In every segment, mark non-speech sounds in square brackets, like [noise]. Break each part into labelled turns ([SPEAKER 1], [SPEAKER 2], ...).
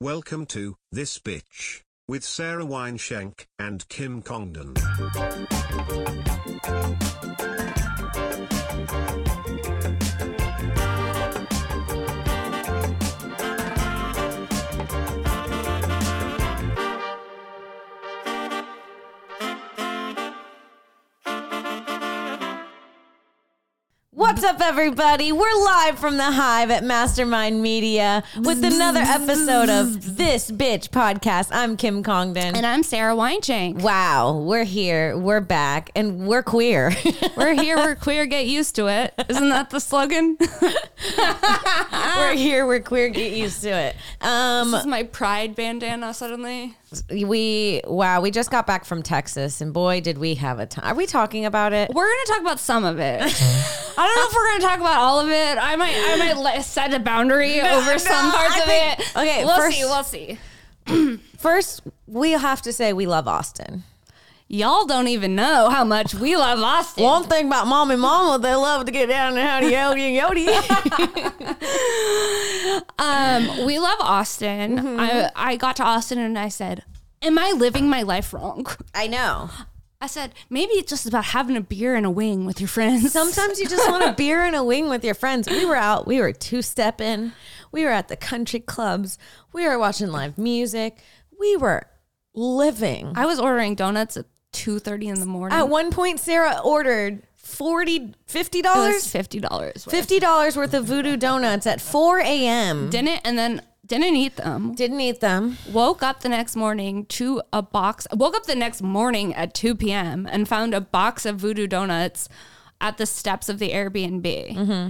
[SPEAKER 1] Welcome to This Bitch with Sarah Wineshank and Kim Congdon.
[SPEAKER 2] What's up, everybody? We're live from the Hive at Mastermind Media with another episode of This Bitch Podcast. I'm Kim Congdon.
[SPEAKER 3] And I'm Sarah Weinjank.
[SPEAKER 2] wow, we're here, we're back, and we're queer. [laughs]
[SPEAKER 3] We're here, we're queer, get used to it. Isn't that the slogan? [laughs] this
[SPEAKER 2] we're here, we're queer, get used to it. Um,
[SPEAKER 3] is my pride bandana suddenly.
[SPEAKER 2] we, wow, we just got back from Texas, and boy, did we have a time. Are we talking about it?
[SPEAKER 3] We're gonna talk about some of it. I don't know if we're gonna talk about all of it. I might I might let, set a boundary over
[SPEAKER 2] no,
[SPEAKER 3] some parts
[SPEAKER 2] I
[SPEAKER 3] of
[SPEAKER 2] think-
[SPEAKER 3] it.
[SPEAKER 2] okay,
[SPEAKER 3] we'll
[SPEAKER 2] first-
[SPEAKER 3] see, we'll see.
[SPEAKER 2] First, we have to say we love Austin.
[SPEAKER 3] Y'all don't even know how much we love Austin.
[SPEAKER 2] One thing about mom and mama, they love to get down and howdy, howdy, howdy.
[SPEAKER 3] Um, Mm-hmm. we love Austin. I I got to Austin and I said, Am I living my life wrong?
[SPEAKER 2] [laughs] I know.
[SPEAKER 3] I said, maybe it's just about having a beer and a wing with your friends.
[SPEAKER 2] Sometimes you just want a beer and a wing with your friends. We were out, we were two stepping, we were at the country clubs, we were watching live music, we were living.
[SPEAKER 3] I was ordering donuts at two thirty in the morning.
[SPEAKER 2] At one point, Sarah ordered 40 $50
[SPEAKER 3] it was fifty dollars.
[SPEAKER 2] $50 worth of voodoo donuts at 4 a.m.
[SPEAKER 3] Didn't and then didn't eat them.
[SPEAKER 2] Didn't eat them.
[SPEAKER 3] Woke up the next morning to a box. Woke up the next morning at two p.m. and found a box of voodoo donuts at the steps of the Airbnb.
[SPEAKER 2] Mm-hmm.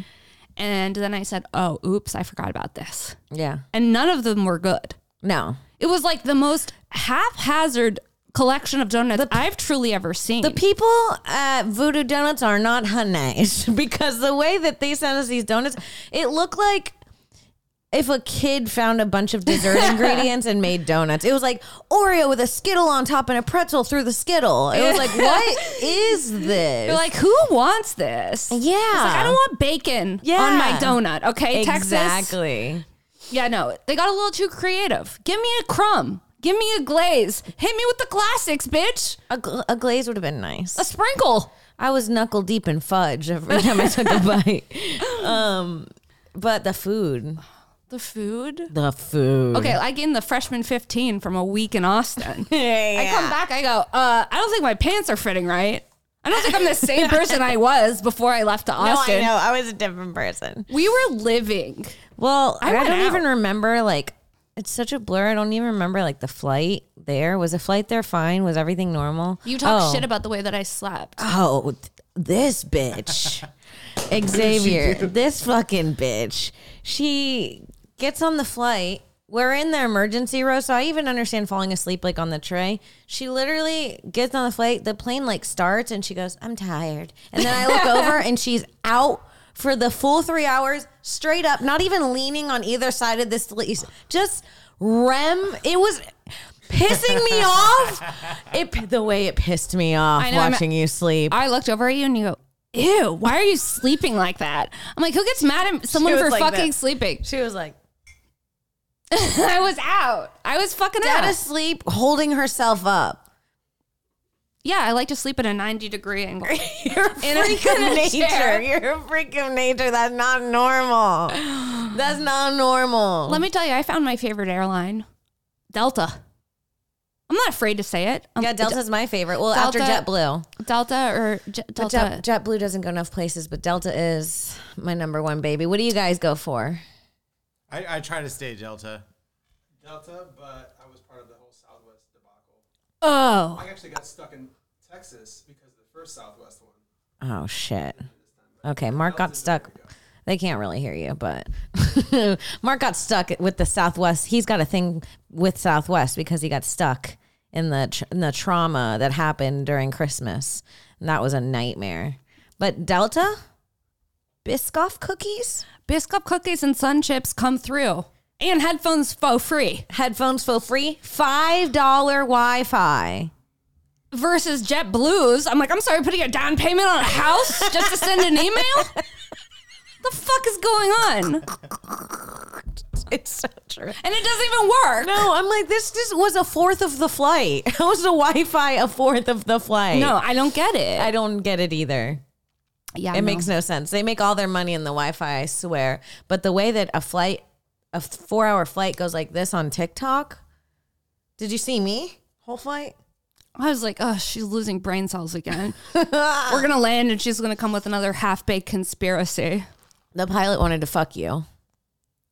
[SPEAKER 3] And then I said, "Oh, oops, I forgot about this."
[SPEAKER 2] Yeah.
[SPEAKER 3] And none of them were good.
[SPEAKER 2] No.
[SPEAKER 3] It was like the most haphazard collection of donuts I've truly ever seen.
[SPEAKER 2] The people at Voodoo Donuts are not nice [laughs] because the way that they sent us these donuts, it looked like if a kid found a bunch of dessert
[SPEAKER 3] [laughs]
[SPEAKER 2] ingredients and made donuts. It was like Oreo with a Skittle on top and a pretzel through the Skittle. It was like,
[SPEAKER 3] [laughs]
[SPEAKER 2] what is this?
[SPEAKER 3] You're like, who wants this?
[SPEAKER 2] yeah.
[SPEAKER 3] It's like, I don't want bacon on my
[SPEAKER 2] Yeah.
[SPEAKER 3] donut. Okay, Texas.
[SPEAKER 2] Exactly.
[SPEAKER 3] Yeah, no, they got a little too creative. Give me a crumb. Give me a glaze. Hit me with the classics, bitch.
[SPEAKER 2] A, gl- a glaze would have been nice.
[SPEAKER 3] A sprinkle.
[SPEAKER 2] I was knuckle deep in fudge every time I
[SPEAKER 3] [laughs]
[SPEAKER 2] took a bite. Um, but the food,
[SPEAKER 3] The food.
[SPEAKER 2] the food.
[SPEAKER 3] Okay, I gained the freshman 15 from a week in Austin. I
[SPEAKER 2] [laughs] Yeah.
[SPEAKER 3] come back, I go, uh, I don't think my pants are fitting right. I don't think I'm the same person I was before I left to
[SPEAKER 2] [laughs]
[SPEAKER 3] Austin.
[SPEAKER 2] No, I know. I was a different person.
[SPEAKER 3] We were living.
[SPEAKER 2] Well, I,
[SPEAKER 3] went
[SPEAKER 2] don't
[SPEAKER 3] out.
[SPEAKER 2] even remember like it's such a blur. I don't even remember like the flight there. Was the flight there fine? Was everything normal?
[SPEAKER 3] You talk
[SPEAKER 2] Oh.
[SPEAKER 3] shit about the way that I slept.
[SPEAKER 2] Oh, th- this
[SPEAKER 3] [laughs]
[SPEAKER 2] bitch. Xavier, this fucking bitch. She gets on the flight. We're in the emergency row, so I even understand falling asleep like on the tray. She literally gets on the flight. The plane like starts and she goes, I'm tired. And then I look over and she's out for the full three hours, straight up, not even leaning on either side of this lease. Just rem. It was pissing me off. It the way it pissed me off
[SPEAKER 3] I know, I'm-
[SPEAKER 2] watching you sleep.
[SPEAKER 3] I looked over at you and you go, Ew, why are you sleeping like that? I'm like, who gets mad at someone
[SPEAKER 2] was
[SPEAKER 3] for
[SPEAKER 2] like
[SPEAKER 3] fucking
[SPEAKER 2] that.
[SPEAKER 3] sleeping? [laughs]
[SPEAKER 2] she was like
[SPEAKER 3] I was out. I was fucking
[SPEAKER 2] dead
[SPEAKER 3] out.
[SPEAKER 2] asleep, holding herself
[SPEAKER 3] [laughs]
[SPEAKER 2] up.
[SPEAKER 3] yeah, I like to sleep at a 90 degree angle.
[SPEAKER 2] [laughs] You're a
[SPEAKER 3] In a-
[SPEAKER 2] freak
[SPEAKER 3] in
[SPEAKER 2] of
[SPEAKER 3] a
[SPEAKER 2] nature. [laughs]
[SPEAKER 3] chair.
[SPEAKER 2] You're a freak of nature. That's not normal. That's not normal.
[SPEAKER 3] Let me tell you, I found my favorite airline Delta. I'm not afraid to say it. Um,
[SPEAKER 2] yeah, Delta's my favorite. Well, after
[SPEAKER 3] Delta-
[SPEAKER 2] JetBlue.
[SPEAKER 3] Delta or J-
[SPEAKER 2] But
[SPEAKER 3] Delta.
[SPEAKER 2] Jet, JetBlue doesn't go enough places, but Delta is my number one baby. What do you guys go for?
[SPEAKER 4] I, I try to stay Delta.
[SPEAKER 5] Delta, but I was part of the whole Southwest debacle.
[SPEAKER 3] Oh,
[SPEAKER 5] I actually got stuck in Texas because of the first Southwest one.
[SPEAKER 2] Oh shit. Okay, Mark got stuck. They can't really hear you, but [laughs] Mark got stuck with the Southwest. He's got a thing with Southwest because he got stuck in the tr- in the trauma that happened during Christmas, and that was a nightmare. But Delta Biscoff cookies,
[SPEAKER 3] Biscuit cookies and sun chips come through, and headphones faux free
[SPEAKER 2] headphones for free, five dollar Wi Fi.
[SPEAKER 3] versus Jet Blues. I'm like, I'm sorry, putting a down payment on a house just to send an email. The fuck is going on?
[SPEAKER 2] It's so true.
[SPEAKER 3] And it doesn't even work.
[SPEAKER 2] No, I'm like this. This was a fourth of the flight. [laughs] How is the Wi-Fi a fourth of the flight?
[SPEAKER 3] No, I don't get it.
[SPEAKER 2] I don't get it either.
[SPEAKER 3] yeah,
[SPEAKER 2] It makes no sense. They make all their money in the Wi-Fi, I swear. But the way that a flight, a four-hour flight goes like this on TikTok. Did you see me whole flight?
[SPEAKER 3] I was like, oh, she's losing brain cells again. We're gonna land, and she's gonna come with another half-baked conspiracy.
[SPEAKER 2] The pilot wanted to fuck you.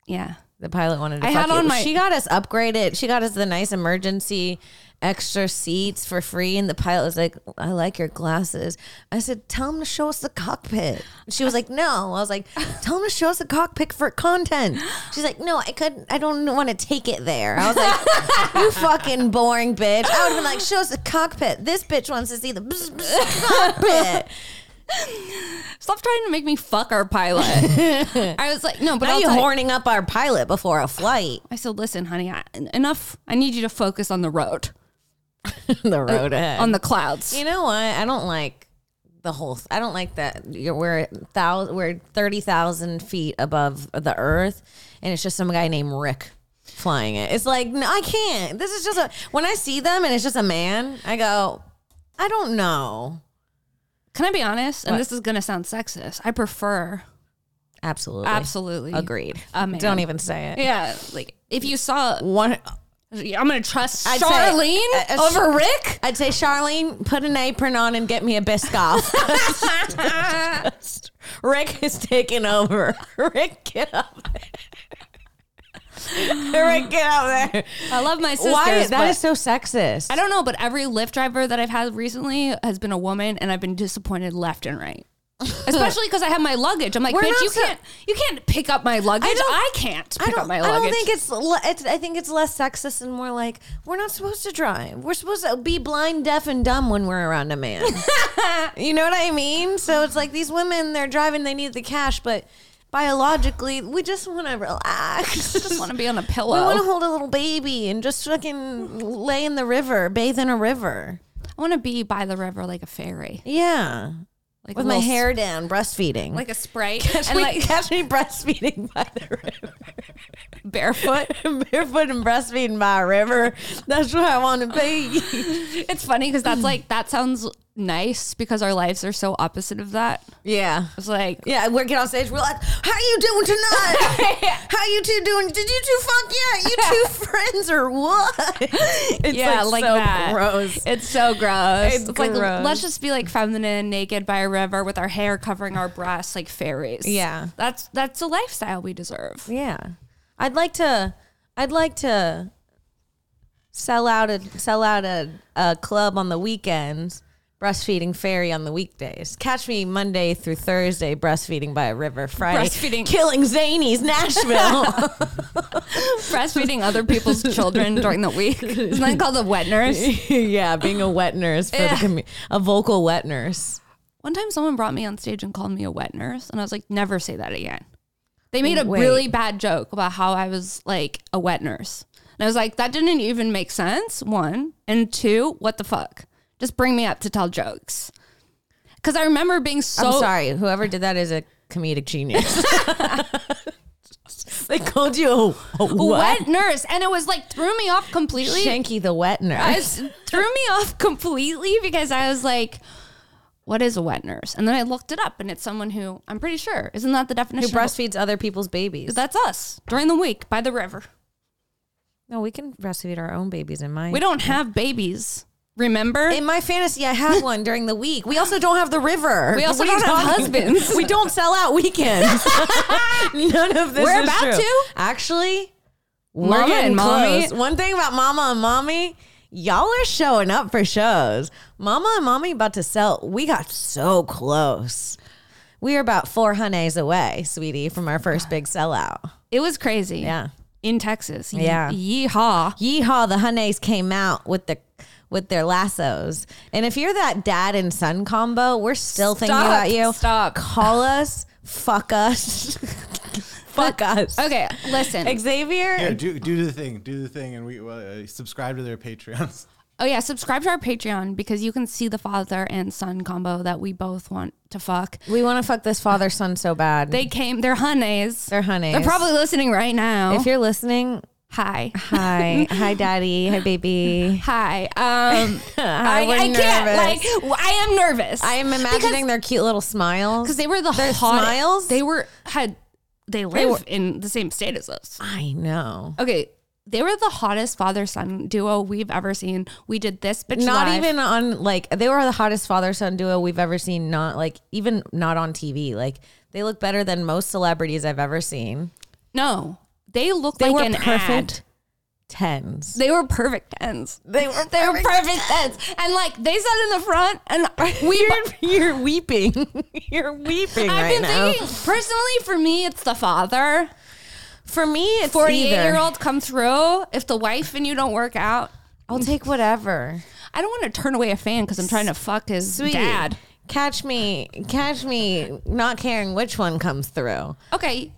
[SPEAKER 3] Yeah,
[SPEAKER 2] The pilot wanted to
[SPEAKER 3] I
[SPEAKER 2] fuck
[SPEAKER 3] had
[SPEAKER 2] you.
[SPEAKER 3] on my-
[SPEAKER 2] she got us upgraded. She got us the nice emergency extra seats for free. And the pilot was like, I like your glasses. I said, Tell him to show us the cockpit. She was like, No. I was
[SPEAKER 3] [laughs]
[SPEAKER 2] like, Tell him to show us the cockpit for content. She's like, No, I couldn't. I don't want to take it there. I was
[SPEAKER 3] [laughs]
[SPEAKER 2] like, You fucking boring bitch. I would have been like, Show us the cockpit. This bitch wants to see the bzz, bzz, cockpit.
[SPEAKER 3] stop trying to make me fuck our [laughs] pilot. I was like, no, but
[SPEAKER 2] Now
[SPEAKER 3] I'll
[SPEAKER 2] you
[SPEAKER 3] tell you-
[SPEAKER 2] horning up our pilot before a flight.
[SPEAKER 3] I said, listen, honey, I, en- enough. I need you to focus on the road,
[SPEAKER 2] the road ahead.
[SPEAKER 3] on [laughs] the clouds.
[SPEAKER 2] You know what? I don't like the whole. I don't like that. You're, we're thousand. We're thirty thousand feet above the Earth, and it's just some guy named Rick flying it. It's like no, I can't. This is just a. When I see them and it's just a man, I go, I don't know.
[SPEAKER 3] Can I be honest? And this is gonna sound sexist. I prefer
[SPEAKER 2] Absolutely,
[SPEAKER 3] absolutely
[SPEAKER 2] agreed.
[SPEAKER 3] a man.
[SPEAKER 2] Don't even say it.
[SPEAKER 3] Yeah, like if you saw,
[SPEAKER 2] One.
[SPEAKER 3] I'm gonna trust
[SPEAKER 2] I'd say-
[SPEAKER 3] Charlene
[SPEAKER 2] uh, uh, [laughs]
[SPEAKER 3] over Rick.
[SPEAKER 2] I'd say Charlene, put an apron on and get me a
[SPEAKER 3] [laughs]
[SPEAKER 2] biscoff. Rick is taking over. [laughs] Rick, get up there. Rick, get up there.
[SPEAKER 3] I love my sisters.
[SPEAKER 2] Why?
[SPEAKER 3] but-
[SPEAKER 2] That is so sexist.
[SPEAKER 3] I don't know, but every Lyft driver that I've had recently has been a woman, and I've been disappointed left and
[SPEAKER 2] [laughs]
[SPEAKER 3] right. Especially because I have my luggage. I'm like,
[SPEAKER 2] We're
[SPEAKER 3] bitch,
[SPEAKER 2] not
[SPEAKER 3] you
[SPEAKER 2] so-
[SPEAKER 3] can't, you can't pick up my luggage. I,
[SPEAKER 2] don't-
[SPEAKER 3] can't pick
[SPEAKER 2] I don't,
[SPEAKER 3] up my
[SPEAKER 2] I
[SPEAKER 3] luggage.
[SPEAKER 2] don't think it's, le- it's. I think it's less sexist and more like we're not supposed to drive. We're supposed to be blind, deaf, and dumb when we're around a
[SPEAKER 3] [laughs]
[SPEAKER 2] man. you know what I mean? So it's like these women, they're driving, they need the cash, but biologically, we just want to relax.
[SPEAKER 3] I just want to be on a
[SPEAKER 2] we
[SPEAKER 3] pillow.
[SPEAKER 2] want to hold a little baby and just fucking lay in the river, bathe in a river.
[SPEAKER 3] I want to be by the river like a fairy,
[SPEAKER 2] Yeah,
[SPEAKER 3] like
[SPEAKER 2] with
[SPEAKER 3] a
[SPEAKER 2] my
[SPEAKER 3] little-
[SPEAKER 2] hair down, breastfeeding. [laughs]
[SPEAKER 3] like a sprite,
[SPEAKER 2] catch
[SPEAKER 3] and
[SPEAKER 2] me,
[SPEAKER 3] [laughs] like
[SPEAKER 2] catch me breastfeeding by
[SPEAKER 3] [laughs]
[SPEAKER 2] the river.
[SPEAKER 3] barefoot.
[SPEAKER 2] [laughs] barefoot and breastfeeding by a river. That's where I want to
[SPEAKER 3] [laughs]
[SPEAKER 2] be.
[SPEAKER 3] It's funny because that's like that sounds nice because our lives are so opposite of that.
[SPEAKER 2] Yeah.
[SPEAKER 3] It's like
[SPEAKER 2] Yeah, we're getting on stage. We're like, "How you doing
[SPEAKER 3] [laughs]
[SPEAKER 2] tonight? How you two doing? Did you two fuck yet? You two friends or what?" [laughs] It's
[SPEAKER 3] yeah, like,
[SPEAKER 2] so
[SPEAKER 3] that.
[SPEAKER 2] gross.
[SPEAKER 3] It's so gross.
[SPEAKER 2] It's
[SPEAKER 3] It's, like
[SPEAKER 2] gross.
[SPEAKER 3] let's just be like feminine, naked by a river with our hair covering our breasts like fairies.
[SPEAKER 2] Yeah.
[SPEAKER 3] that's that's a lifestyle we deserve.
[SPEAKER 2] Yeah, I'd like to. I'd like to sell out a sell out a, a club on the weekends. Breastfeeding fairy on the weekdays. Catch me Monday through Thursday breastfeeding by a river. Friday
[SPEAKER 3] Breastfeeding-
[SPEAKER 2] killing zanies Nashville.
[SPEAKER 3] [laughs]
[SPEAKER 2] [laughs]
[SPEAKER 3] Breastfeeding other people's children during
[SPEAKER 2] [laughs]
[SPEAKER 3] the week isn't that called a wet nurse?
[SPEAKER 2] yeah, being a wet nurse for the
[SPEAKER 3] Yeah.
[SPEAKER 2] commu- a vocal wet nurse.
[SPEAKER 3] One time, someone brought me on stage and called me a wet nurse, and I was like, never say that again. They made a
[SPEAKER 2] Wait.
[SPEAKER 3] really bad joke about how I was like a wet nurse, and I was like, that didn't even make sense. One and two, what the fuck? Just bring me up to tell jokes. Because I remember being so
[SPEAKER 2] I'm sorry, whoever did that is a comedic genius. [laughs] they called you a, a wet,
[SPEAKER 3] wet nurse, and it was like threw me off completely.
[SPEAKER 2] Shanky the wet nurse.
[SPEAKER 3] I s- threw me off completely because I was like, "What is a wet nurse?" And then I looked it up, and it's someone who I'm pretty sure isn't that the
[SPEAKER 2] who
[SPEAKER 3] definition? of-
[SPEAKER 2] breastfeeds other people's babies?
[SPEAKER 3] That's us during the week by the river.
[SPEAKER 2] no, we can breastfeed our own babies in my.
[SPEAKER 3] We don't have babies. Remember?
[SPEAKER 2] In my fantasy, I had one during the week. We also don't have the river.
[SPEAKER 3] We also
[SPEAKER 2] What are you
[SPEAKER 3] don't have
[SPEAKER 2] talking-
[SPEAKER 3] husbands.
[SPEAKER 2] we don't sell out weekends. [laughs] None of this.
[SPEAKER 3] We're
[SPEAKER 2] is
[SPEAKER 3] about
[SPEAKER 2] true.
[SPEAKER 3] to.
[SPEAKER 2] Actually, we're
[SPEAKER 3] Mama
[SPEAKER 2] getting
[SPEAKER 3] and mommy.
[SPEAKER 2] close. One thing about Mama and Mommy, y'all are showing up for shows. Mama and Mommy about to sell. We got so close. We are about four honeys away, sweetie, from our first big sellout.
[SPEAKER 3] it was crazy.
[SPEAKER 2] Yeah.
[SPEAKER 3] In Texas. Ye-
[SPEAKER 2] Yeah.
[SPEAKER 3] yeehaw.
[SPEAKER 2] Yeehaw, the honeys came out with the with their lassos. And if you're that dad and son combo, we're still thinking
[SPEAKER 3] Stop.
[SPEAKER 2] about you.
[SPEAKER 3] Stop.
[SPEAKER 2] Call us, fuck us. [laughs] fuck us.
[SPEAKER 3] Okay, listen.
[SPEAKER 2] Xavier,
[SPEAKER 4] Here, do do the thing, do the thing, and we well, uh, subscribe to their Patreons. [laughs]
[SPEAKER 3] Oh yeah, subscribe to our Patreon because you can see the father and son combo that we both want to fuck.
[SPEAKER 2] We want to fuck this father son so bad.
[SPEAKER 3] They came. They're honeys.
[SPEAKER 2] They're honeys.
[SPEAKER 3] They're probably listening right now.
[SPEAKER 2] If you're listening,
[SPEAKER 3] hi.
[SPEAKER 2] hi, hi, daddy, hi, baby.
[SPEAKER 3] Hi.
[SPEAKER 2] [laughs]
[SPEAKER 3] Um, I,
[SPEAKER 2] Hi, we're
[SPEAKER 3] I can't.
[SPEAKER 2] nervous.
[SPEAKER 3] Like, w- I am nervous.
[SPEAKER 2] I am imagining their cute little smiles.
[SPEAKER 3] because they were the
[SPEAKER 2] Their
[SPEAKER 3] hottest.
[SPEAKER 2] smiles?
[SPEAKER 3] They were had. They live in the same state as us.
[SPEAKER 2] I know.
[SPEAKER 3] Okay, they were the hottest father son duo we've ever seen. We did this, bitch.
[SPEAKER 2] Not
[SPEAKER 3] live.
[SPEAKER 2] even on like they were the hottest father son duo we've ever seen. Not like even not on TV. Like they look better than most celebrities I've ever seen.
[SPEAKER 3] No, they looked
[SPEAKER 2] They
[SPEAKER 3] like
[SPEAKER 2] were
[SPEAKER 3] an
[SPEAKER 2] perfect
[SPEAKER 3] ad.
[SPEAKER 2] Tens.
[SPEAKER 3] They were perfect tens.
[SPEAKER 2] They were
[SPEAKER 3] They were perfect tens, and like they sat in the front, and [laughs] we.
[SPEAKER 2] [laughs] You're weeping. [laughs] You're weeping
[SPEAKER 3] I've
[SPEAKER 2] right
[SPEAKER 3] been
[SPEAKER 2] now.
[SPEAKER 3] thinking personally. For me, it's the father.
[SPEAKER 2] For me, it's
[SPEAKER 3] Forty-eight
[SPEAKER 2] either.
[SPEAKER 3] year old come through. If the wife and you don't work out,
[SPEAKER 2] I'll take whatever.
[SPEAKER 3] I don't want to turn away a fan because I'm trying to fuck his dad.
[SPEAKER 2] Catch me, catch me, not caring which one comes through.
[SPEAKER 3] Okay,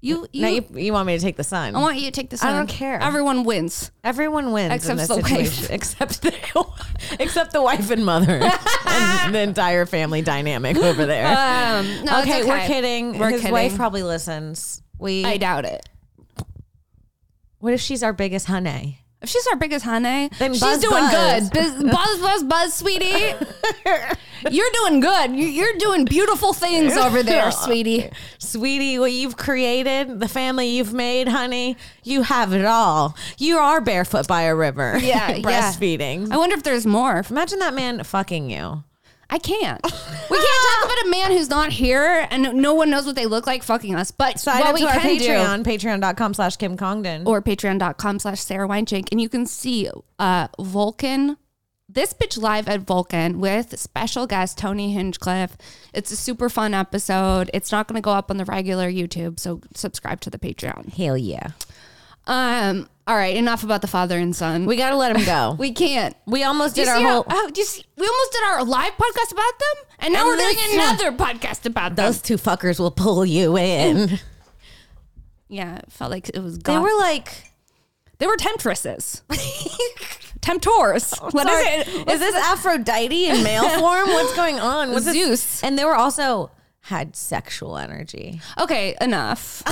[SPEAKER 3] you. you,
[SPEAKER 2] now you, you want me to take the sun.
[SPEAKER 3] I want you to take this.
[SPEAKER 2] I
[SPEAKER 3] on.
[SPEAKER 2] don't care.
[SPEAKER 3] Everyone wins.
[SPEAKER 2] Everyone wins
[SPEAKER 3] Except
[SPEAKER 2] in this
[SPEAKER 3] the wife.
[SPEAKER 2] situation, [laughs] except the except the wife and mother [laughs] and the entire family dynamic over [laughs] there.
[SPEAKER 3] Um, no, it's
[SPEAKER 2] okay, we're kidding.
[SPEAKER 3] We're
[SPEAKER 2] His
[SPEAKER 3] kidding.
[SPEAKER 2] wife probably listens. We.
[SPEAKER 3] I doubt it.
[SPEAKER 2] what if she's our biggest honey?
[SPEAKER 3] If she's our biggest honey,
[SPEAKER 2] Then
[SPEAKER 3] she's
[SPEAKER 2] buzz,
[SPEAKER 3] doing
[SPEAKER 2] buzz.
[SPEAKER 3] good. Buzz, buzz, buzz, buzz,
[SPEAKER 2] [laughs]
[SPEAKER 3] sweetie. you're doing good. You- You're doing beautiful things
[SPEAKER 2] [laughs]
[SPEAKER 3] over there, sweetie.
[SPEAKER 2] Sweetie, what you've created, the family you've made, honey, you have it all. You are barefoot by a river. [laughs]
[SPEAKER 3] [laughs] Yeah, yeah.
[SPEAKER 2] breastfeeding.
[SPEAKER 3] I wonder if there's more.
[SPEAKER 2] Imagine that man fucking you.
[SPEAKER 3] I can't. We can't talk about a man who's not here and no one knows what they look like fucking us. But
[SPEAKER 2] Sign
[SPEAKER 3] what
[SPEAKER 2] up
[SPEAKER 3] we
[SPEAKER 2] to our
[SPEAKER 3] can do
[SPEAKER 2] Patreon, patreon.com slash Kim Congdon.
[SPEAKER 3] or patreon.com slash Sarah Winechink. And you can see uh, Vulcan, this bitch live at Vulcan with special guest Tony Hinchcliffe. It's a super fun episode. It's not going to go up on the regular YouTube. So subscribe to the Patreon.
[SPEAKER 2] Hell yeah.
[SPEAKER 3] Um, all right. Enough about the father and son.
[SPEAKER 2] We got to let him go. we,
[SPEAKER 3] [laughs] we can't.
[SPEAKER 2] almost
[SPEAKER 3] Do you
[SPEAKER 2] did our
[SPEAKER 3] see
[SPEAKER 2] whole.
[SPEAKER 3] how- oh, do you see, we almost did our live podcast about them, and now
[SPEAKER 2] And
[SPEAKER 3] we're doing
[SPEAKER 2] this one.
[SPEAKER 3] another podcast about them.
[SPEAKER 2] those two fuckers will pull you in.
[SPEAKER 3] Yeah, it felt like it was.
[SPEAKER 2] they
[SPEAKER 3] God.
[SPEAKER 2] were like,
[SPEAKER 3] they were [laughs] temptresses, temptors. What is
[SPEAKER 2] Sorry,
[SPEAKER 3] it?
[SPEAKER 2] Is this Aphrodite in [laughs] male form? What's going on? What's this-
[SPEAKER 3] Zeus.
[SPEAKER 2] And they were also had sexual [laughs] energy.
[SPEAKER 3] Okay, enough.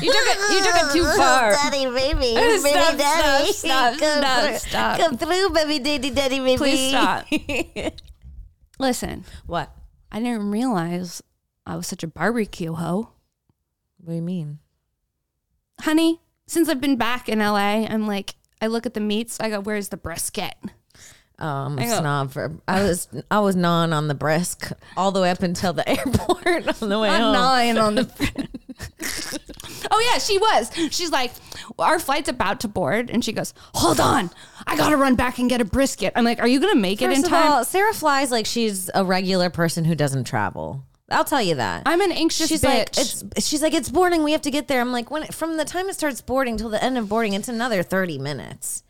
[SPEAKER 3] You took it. You took it too far.
[SPEAKER 2] Daddy, baby,
[SPEAKER 3] [laughs]
[SPEAKER 2] baby,
[SPEAKER 3] Stop, stop,
[SPEAKER 2] daddy,
[SPEAKER 3] stop,
[SPEAKER 2] come,
[SPEAKER 3] stop,
[SPEAKER 2] through-
[SPEAKER 3] stop.
[SPEAKER 2] come through, baby, daddy, daddy, baby.
[SPEAKER 3] Please stop. [laughs] Listen,
[SPEAKER 2] What?
[SPEAKER 3] I didn't realize I was such a barbecue hoe,
[SPEAKER 2] What do you mean?
[SPEAKER 3] honey. Since I've been back in LA, I'm like, I look at the meats. I go, where's the brisket?
[SPEAKER 2] Um,
[SPEAKER 3] Hang on.
[SPEAKER 2] snob for I was I was gnawing on the brisk all the way up until the [laughs] airport on the way home.
[SPEAKER 3] I'm gnawing
[SPEAKER 2] [laughs]
[SPEAKER 3] on the. oh yeah, she was. She's like, well, our flight's about to board, and she goes, hold on, I gotta run back and get a brisket. I'm like, are you gonna make it
[SPEAKER 2] First
[SPEAKER 3] in
[SPEAKER 2] of
[SPEAKER 3] time?
[SPEAKER 2] all, Sarah flies like she's a regular person who doesn't travel. I'll tell you that.
[SPEAKER 3] I'm an anxious
[SPEAKER 2] she's
[SPEAKER 3] bitch.
[SPEAKER 2] like it's she's like it's boarding. We have to get there. I'm like when it, from the time it starts boarding till the end of boarding, it's another thirty minutes.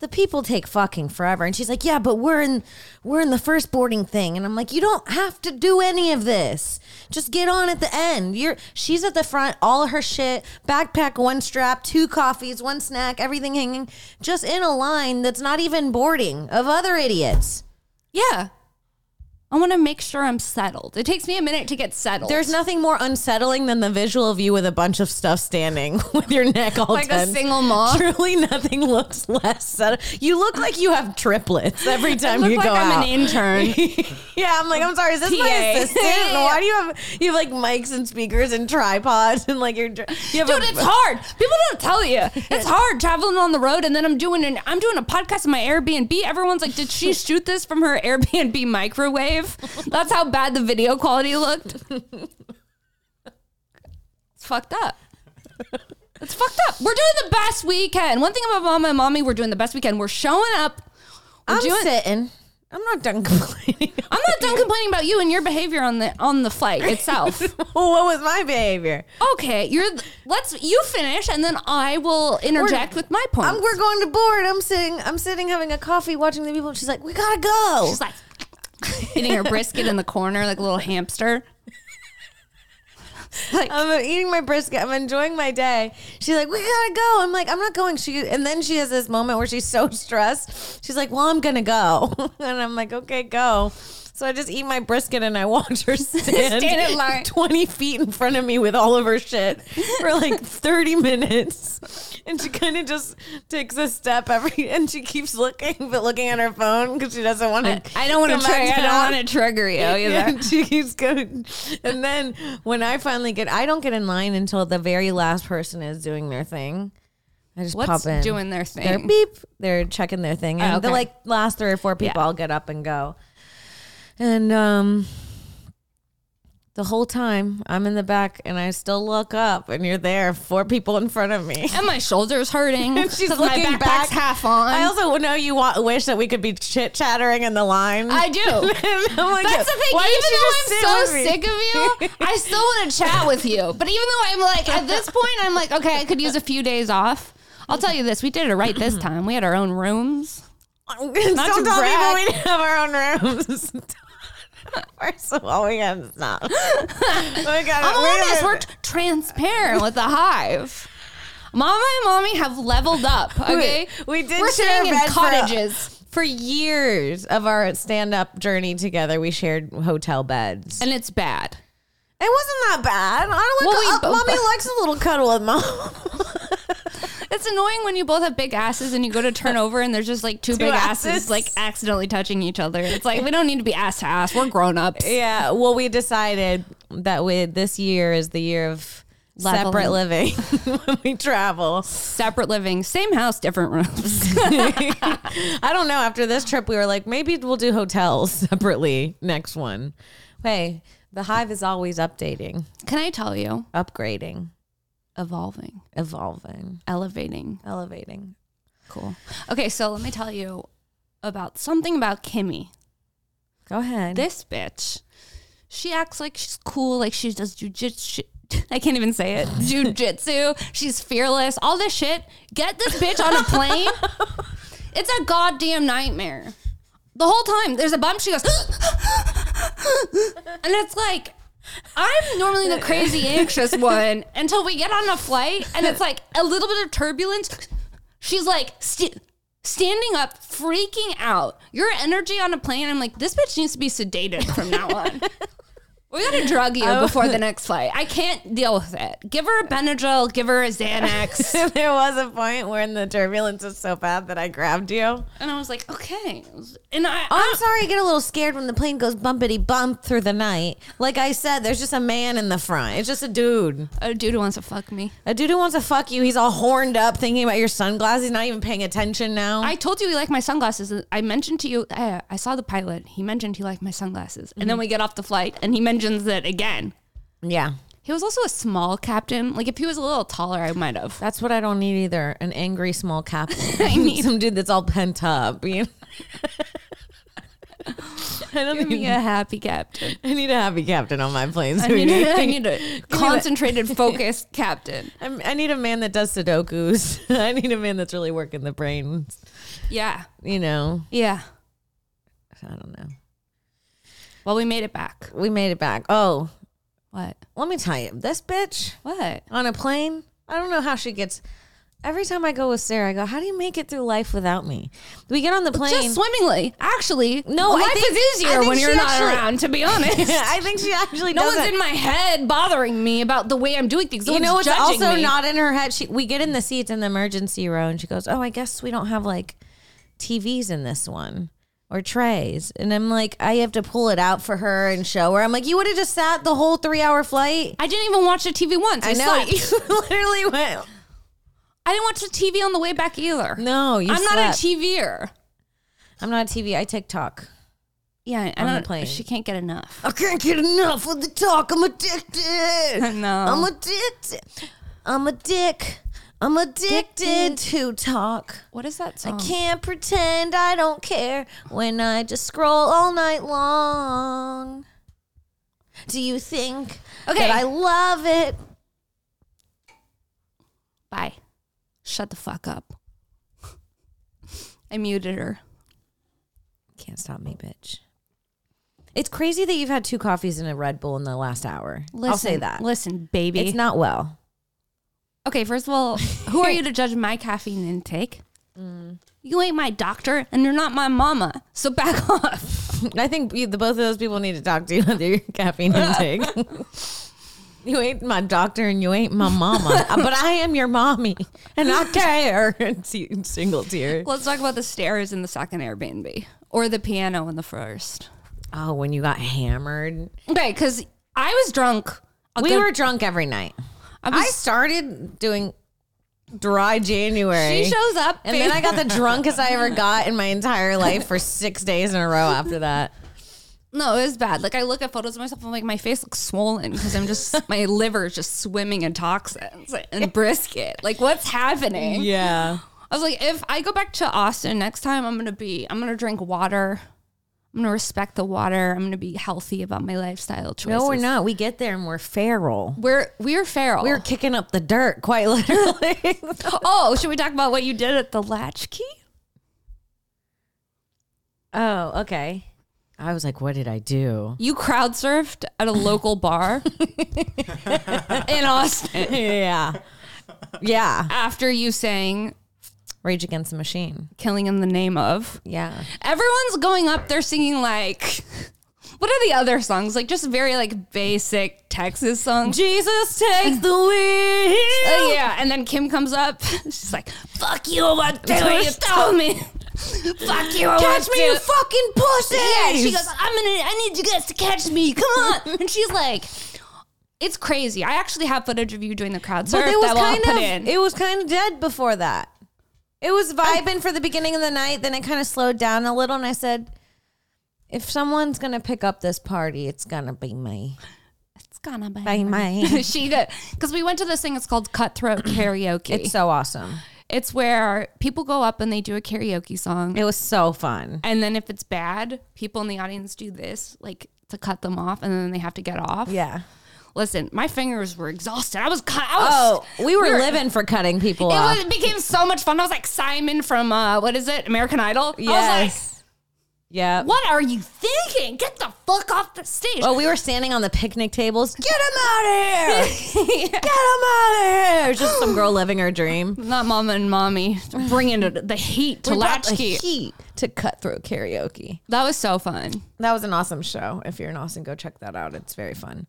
[SPEAKER 2] The people take fucking forever. And she's like, yeah, but we're in we're in the first boarding thing. And I'm like, you don't have to do any of this. Just get on at the end. You're she's at the front, all of her shit, backpack, one strap, two coffees, one snack, everything hanging, just in a line that's not even boarding of other idiots.
[SPEAKER 3] yeah. I want to make sure I'm settled. It takes me a minute to get settled.
[SPEAKER 2] There's nothing more unsettling than the visual of you with a bunch of stuff standing [laughs] with your neck all
[SPEAKER 3] Like a
[SPEAKER 2] tense.
[SPEAKER 3] single mom.
[SPEAKER 2] Truly, nothing looks less. Settled. You look like you have triplets every
[SPEAKER 3] I
[SPEAKER 2] time
[SPEAKER 3] look
[SPEAKER 2] you
[SPEAKER 3] like
[SPEAKER 2] go
[SPEAKER 3] I'm
[SPEAKER 2] out.
[SPEAKER 3] an intern.
[SPEAKER 2] [laughs] yeah, I'm like, I'm sorry, is this my
[SPEAKER 3] PA?
[SPEAKER 2] assistant? Why do you have you have like mics and speakers and tripods and like your you have a-
[SPEAKER 3] Dude, it's hard. People don't tell you. It's hard traveling on the road, and then I'm doing an I'm doing a podcast in my Airbnb. Everyone's like, "Did she shoot this from her Airbnb microwave?" That's how bad the video quality looked. It's fucked up. It's fucked up. We're doing the best we can. One thing about mama and mommy, we're doing the best we can. We're showing up. We're
[SPEAKER 2] I'm
[SPEAKER 3] doing-
[SPEAKER 2] sitting. I'm not done [laughs] complaining.
[SPEAKER 3] I'm not done complaining about you and your behavior on the on the flight itself.
[SPEAKER 2] what was my behavior?
[SPEAKER 3] okay, you're. th- Let's you finish, and then I will interject with my point.
[SPEAKER 2] I'm, we're going to board. I'm sitting. I'm sitting having a coffee, watching the people. And she's like, "We gotta go." [laughs]
[SPEAKER 3] She's like eating her brisket in the corner like a little hamster. Like,
[SPEAKER 2] I'm eating my brisket. I'm enjoying my day. She's like, we gotta go. I'm like, I'm not going. She and then she has this moment where she's so [laughs] stressed. She's like, well, I'm gonna go, [laughs] and I'm like, okay, go. So I just eat my brisket and I watch her stand,
[SPEAKER 3] [laughs]
[SPEAKER 2] [laughs]
[SPEAKER 3] Stand in line.
[SPEAKER 2] twenty feet in front of me with all of her shit for like
[SPEAKER 3] [laughs]
[SPEAKER 2] thirty minutes, and she kind of just takes a step every, and she keeps looking but looking at her phone because she doesn't want
[SPEAKER 3] I,
[SPEAKER 2] to.
[SPEAKER 3] I don't want to. Try, I don't want to trigger you either.
[SPEAKER 2] Yeah, [laughs] she keeps going. And then when I finally get, I don't get in line until the very last person is doing their thing. I just
[SPEAKER 3] What's
[SPEAKER 2] pop in.
[SPEAKER 3] doing their
[SPEAKER 2] They're
[SPEAKER 3] thing?
[SPEAKER 2] beep. They're checking their thing. And
[SPEAKER 3] Oh,
[SPEAKER 2] the
[SPEAKER 3] okay.
[SPEAKER 2] like last three or four people,
[SPEAKER 3] Yeah.
[SPEAKER 2] I'll get up and go. And um, the whole time I'm in the back and I still look up and you're there, four people in front of
[SPEAKER 3] [laughs]
[SPEAKER 2] me.
[SPEAKER 3] and my shoulders hurting.
[SPEAKER 2] And [laughs] she's
[SPEAKER 3] 'cause
[SPEAKER 2] looking
[SPEAKER 3] my
[SPEAKER 2] back.
[SPEAKER 3] backpack's half on.
[SPEAKER 2] I
[SPEAKER 3] I, [laughs]
[SPEAKER 2] also know you want, wish that we could be chit chattering in the line. [laughs]
[SPEAKER 3] do.
[SPEAKER 2] And I'm like,
[SPEAKER 3] That's the thing.
[SPEAKER 2] "Why did
[SPEAKER 3] even
[SPEAKER 2] you
[SPEAKER 3] though I'm
[SPEAKER 2] just sit
[SPEAKER 3] so
[SPEAKER 2] with me?" [laughs]
[SPEAKER 3] sick of you, I still want to chat with you. But even though I'm like at this point, I'm like, okay, I could use a few days off. I'll tell you this: we did it right
[SPEAKER 2] [clears throat]
[SPEAKER 3] this time. We had our own rooms.
[SPEAKER 2] Not
[SPEAKER 3] to brag.
[SPEAKER 2] we didn't have our own rooms. [laughs] First of all, we got [laughs] stop. we got
[SPEAKER 3] I'm honest. We're t- transparent with the hive. Mama and mommy have leveled up. Okay,
[SPEAKER 2] we did
[SPEAKER 3] We're
[SPEAKER 2] share
[SPEAKER 3] staying
[SPEAKER 2] a
[SPEAKER 3] in
[SPEAKER 2] bed for a-
[SPEAKER 3] cottages,
[SPEAKER 2] for years of our stand-up journey together. We shared hotel beds.
[SPEAKER 3] and it's bad.
[SPEAKER 2] it wasn't that bad. I don't
[SPEAKER 3] Well, we
[SPEAKER 2] like. [laughs]
[SPEAKER 3] bo-
[SPEAKER 2] mommy likes a little cuddle with mom.
[SPEAKER 3] It's annoying when you both have big asses and you go
[SPEAKER 2] [laughs]
[SPEAKER 3] to turn over and there's just like two, big asses.
[SPEAKER 2] asses.
[SPEAKER 3] like accidentally touching each other. It's like we don't need to be ass to ass. We're grown ups.
[SPEAKER 2] yeah. Well, we decided that we this year is the year of
[SPEAKER 3] Leveling.
[SPEAKER 2] separate living [laughs] when we travel.
[SPEAKER 3] Separate living, same house, different rooms.
[SPEAKER 2] [laughs]
[SPEAKER 3] [laughs]
[SPEAKER 2] I don't know. After this trip, we were like, maybe we'll do hotels [laughs] separately next one. Hey, the hive is always updating,
[SPEAKER 3] Can I tell you?
[SPEAKER 2] upgrading,
[SPEAKER 3] Evolving,
[SPEAKER 2] evolving,
[SPEAKER 3] elevating.
[SPEAKER 2] elevating.
[SPEAKER 3] Cool. Okay, so let me tell you about something about Kimmy.
[SPEAKER 2] Go ahead.
[SPEAKER 3] This bitch, she acts like she's cool, like she does jujitsu. [laughs] I can't even say it. Jujitsu. She's fearless. All this shit. Get this bitch on a plane. It's a goddamn nightmare. The whole time there's a bump, she goes, and it's like, I'm normally the crazy anxious one until we get on a flight and it's like a little bit of turbulence. She's like st- standing up, freaking out. Your energy on a plane, I'm like, this bitch needs to be sedated from now on. We gotta drug you before the next flight. I can't deal with it. Give her a Benadryl, give her
[SPEAKER 2] [laughs]
[SPEAKER 3] a
[SPEAKER 2] [laughs]
[SPEAKER 3] Xanax.
[SPEAKER 2] there was a point where the turbulence was so bad that I grabbed you.
[SPEAKER 3] And I was like, okay. And I,
[SPEAKER 2] Oh, I'm sorry I get a little scared when the plane goes bumpity bump through the night. Like I said, there's just a man in the front. It's just a dude.
[SPEAKER 3] a dude who wants to fuck me.
[SPEAKER 2] A dude who wants to fuck you. He's all horned up thinking about your sunglasses. He's not even paying attention now.
[SPEAKER 3] I told you he liked my sunglasses. I mentioned to you, I, I saw the pilot. He mentioned he liked my sunglasses. And
[SPEAKER 2] Mm-hmm.
[SPEAKER 3] then we get off the flight and he mentions it again.
[SPEAKER 2] yeah.
[SPEAKER 3] He was also a small captain. Like, if he was a little taller, I might
[SPEAKER 2] [laughs]
[SPEAKER 3] have.
[SPEAKER 2] That's what I don't need either. An angry small captain. [laughs]
[SPEAKER 3] I
[SPEAKER 2] I
[SPEAKER 3] need-
[SPEAKER 2] need some dude that's all pent up. You know? [laughs] I don't [laughs]
[SPEAKER 3] Give
[SPEAKER 2] need,
[SPEAKER 3] me a happy captain.
[SPEAKER 2] I need a happy captain on my [laughs] plane.
[SPEAKER 3] I
[SPEAKER 2] sweetie.
[SPEAKER 3] need, a- I need a [laughs] concentrated, focused captain.
[SPEAKER 2] I'm- I need a man that does Sudokus. [laughs] I need a man that's really working the brain.
[SPEAKER 3] Yeah.
[SPEAKER 2] You know,
[SPEAKER 3] Yeah.
[SPEAKER 2] I don't know.
[SPEAKER 3] Well, we made it back.
[SPEAKER 2] We made it back. Oh,
[SPEAKER 3] What?
[SPEAKER 2] let me tell you, this bitch
[SPEAKER 3] What?
[SPEAKER 2] on a plane. I don't know how she gets. Every time I go with Sarah, I go, "How do you make it through life without me?" We get on the plane.
[SPEAKER 3] Just swimmingly. Actually,
[SPEAKER 2] No, I
[SPEAKER 3] life
[SPEAKER 2] think-
[SPEAKER 3] is
[SPEAKER 2] I
[SPEAKER 3] easier
[SPEAKER 2] think
[SPEAKER 3] when
[SPEAKER 2] she
[SPEAKER 3] you're not
[SPEAKER 2] actually-
[SPEAKER 3] around, to be
[SPEAKER 2] [laughs] [laughs]
[SPEAKER 3] honest.
[SPEAKER 2] I think she actually
[SPEAKER 3] No
[SPEAKER 2] does
[SPEAKER 3] one's
[SPEAKER 2] it.
[SPEAKER 3] in my head bothering me about the way I'm doing things. No
[SPEAKER 2] you know
[SPEAKER 3] one's
[SPEAKER 2] what's
[SPEAKER 3] judging
[SPEAKER 2] also
[SPEAKER 3] me.
[SPEAKER 2] not in her head she, we get in the seats in the emergency row and she goes oh i guess we don't have like tvs in this one or trays and i'm like i have to pull it out for her and show her i'm like you would have just sat the whole three hour [laughs] flight
[SPEAKER 3] I didn't even watch the TV once. I,
[SPEAKER 2] i know
[SPEAKER 3] slept.
[SPEAKER 2] you [laughs] literally went
[SPEAKER 3] I didn't watch the TV on the way back either.
[SPEAKER 2] no you
[SPEAKER 3] I'm not a
[SPEAKER 2] TV.
[SPEAKER 3] TVer.
[SPEAKER 2] i'm not a tv i tiktok
[SPEAKER 3] Yeah, I
[SPEAKER 2] On the
[SPEAKER 3] don't.
[SPEAKER 2] plane.
[SPEAKER 3] She can't get enough.
[SPEAKER 2] i can't get enough of the talk i'm [laughs] addicted
[SPEAKER 3] know.
[SPEAKER 2] i'm addicted i'm a dick i'm addicted.
[SPEAKER 3] Addicted.
[SPEAKER 2] to talk
[SPEAKER 3] What is that
[SPEAKER 2] I
[SPEAKER 3] song?
[SPEAKER 2] can't pretend I don't care when I just scroll all night long. Do you think
[SPEAKER 3] Okay.
[SPEAKER 2] that I love it?
[SPEAKER 3] Bye. Shut the fuck up. I muted her.
[SPEAKER 2] Can't stop me, bitch. It's crazy that you've had two coffees and a Red Bull in the last hour. I'll say that.
[SPEAKER 3] Listen, baby.
[SPEAKER 2] It's not well.
[SPEAKER 3] okay, first of all, who are you to judge my caffeine intake?
[SPEAKER 2] Mm.
[SPEAKER 3] You ain't my doctor, and you're not my mama. So back [laughs] off.
[SPEAKER 2] [laughs] I think you, the both of those people need to talk to you [laughs] about your caffeine intake. you ain't my doctor and you ain't my [laughs] mama, but I am your mommy and I care. [laughs] Te- Single tear.
[SPEAKER 3] Let's talk about the stairs in the second Airbnb or the piano in the first.
[SPEAKER 2] Oh, when you got hammered.
[SPEAKER 3] Okay, because I was drunk. A
[SPEAKER 2] we
[SPEAKER 3] good-
[SPEAKER 2] were drunk every night.
[SPEAKER 3] I
[SPEAKER 2] I
[SPEAKER 3] was.
[SPEAKER 2] started doing dry January.
[SPEAKER 3] she shows up,
[SPEAKER 2] and then I got the drunkest I ever got in my entire life for six days in a row after that.
[SPEAKER 3] No, it was bad. Like I look at photos of myself, I'm like, my face looks swollen because
[SPEAKER 2] [laughs]
[SPEAKER 3] I'm just my liver is just swimming in toxins and brisket. Like, what's happening?
[SPEAKER 2] Yeah.
[SPEAKER 3] I was like, if I go back to Austin next time, I'm gonna be, I'm gonna drink water. I'm gonna respect the water. I'm gonna be healthy about my lifestyle choices.
[SPEAKER 2] No, we're not. We get there and we're feral.
[SPEAKER 3] We're we're feral. [laughs]
[SPEAKER 2] We're kicking up the dirt, quite literally.
[SPEAKER 3] oh, should we talk about what you did at the latchkey?
[SPEAKER 2] oh, okay. I was like, what did I do?
[SPEAKER 3] You crowd surfed at a local
[SPEAKER 2] [laughs]
[SPEAKER 3] bar in Austin
[SPEAKER 2] Yeah. Yeah.
[SPEAKER 3] after you sang
[SPEAKER 2] Rage Against the Machine.
[SPEAKER 3] "Killing in the Name of."
[SPEAKER 2] Yeah.
[SPEAKER 3] everyone's going up they're singing like what are the other songs like just very like basic texas songs
[SPEAKER 2] Jesus takes the wheel.
[SPEAKER 3] Uh, yeah and then kim comes up she's like fuck you i won't do what you told me fuck you I
[SPEAKER 2] Catch
[SPEAKER 3] won't
[SPEAKER 2] me,
[SPEAKER 3] do
[SPEAKER 2] you
[SPEAKER 3] it."
[SPEAKER 2] fucking pussy.
[SPEAKER 3] yeah she goes i'm gonna i need you guys to catch me come [laughs] on and she's like it's crazy i actually have footage of you doing the crowd surf
[SPEAKER 2] But it was
[SPEAKER 3] that
[SPEAKER 2] kind
[SPEAKER 3] we'll put
[SPEAKER 2] of
[SPEAKER 3] in
[SPEAKER 2] it was kind of dead before that. It was vibing for the beginning of the night, then it kind of slowed down a little, and I said, "If someone's gonna pick up this party, it's gonna be me."
[SPEAKER 3] it's gonna be
[SPEAKER 2] By
[SPEAKER 3] [laughs]
[SPEAKER 2] my,
[SPEAKER 3] she did because we went to this thing it's called cutthroat karaoke
[SPEAKER 2] it's so awesome.
[SPEAKER 3] It's where people go up and they do a karaoke song.
[SPEAKER 2] It was so fun.
[SPEAKER 3] And then if it's bad, people in the audience do this, like to cut them off, and then they have to get off.
[SPEAKER 2] Yeah.
[SPEAKER 3] Listen, my fingers were exhausted. I was cut. I was,
[SPEAKER 2] Oh, we were living for cutting people
[SPEAKER 3] It,
[SPEAKER 2] off.
[SPEAKER 3] was, it became so much fun. I was like Simon from uh, what is it, American Idol? I was
[SPEAKER 2] yes. yeah.
[SPEAKER 3] like, what are you thinking? Get the fuck off the stage.
[SPEAKER 2] Well, we were standing on the picnic
[SPEAKER 3] [laughs]
[SPEAKER 2] tables. Get him out of here!
[SPEAKER 3] Yeah.
[SPEAKER 2] Get him out of here! Just some girl living her dream.
[SPEAKER 3] [gasps] Not mama and mommy bringing it- the heat to
[SPEAKER 2] We brought the
[SPEAKER 3] latchkey.
[SPEAKER 2] heat to cutthroat karaoke.
[SPEAKER 3] That was so fun.
[SPEAKER 2] that was an awesome show. If you're in Austin, go check that out. It's very fun.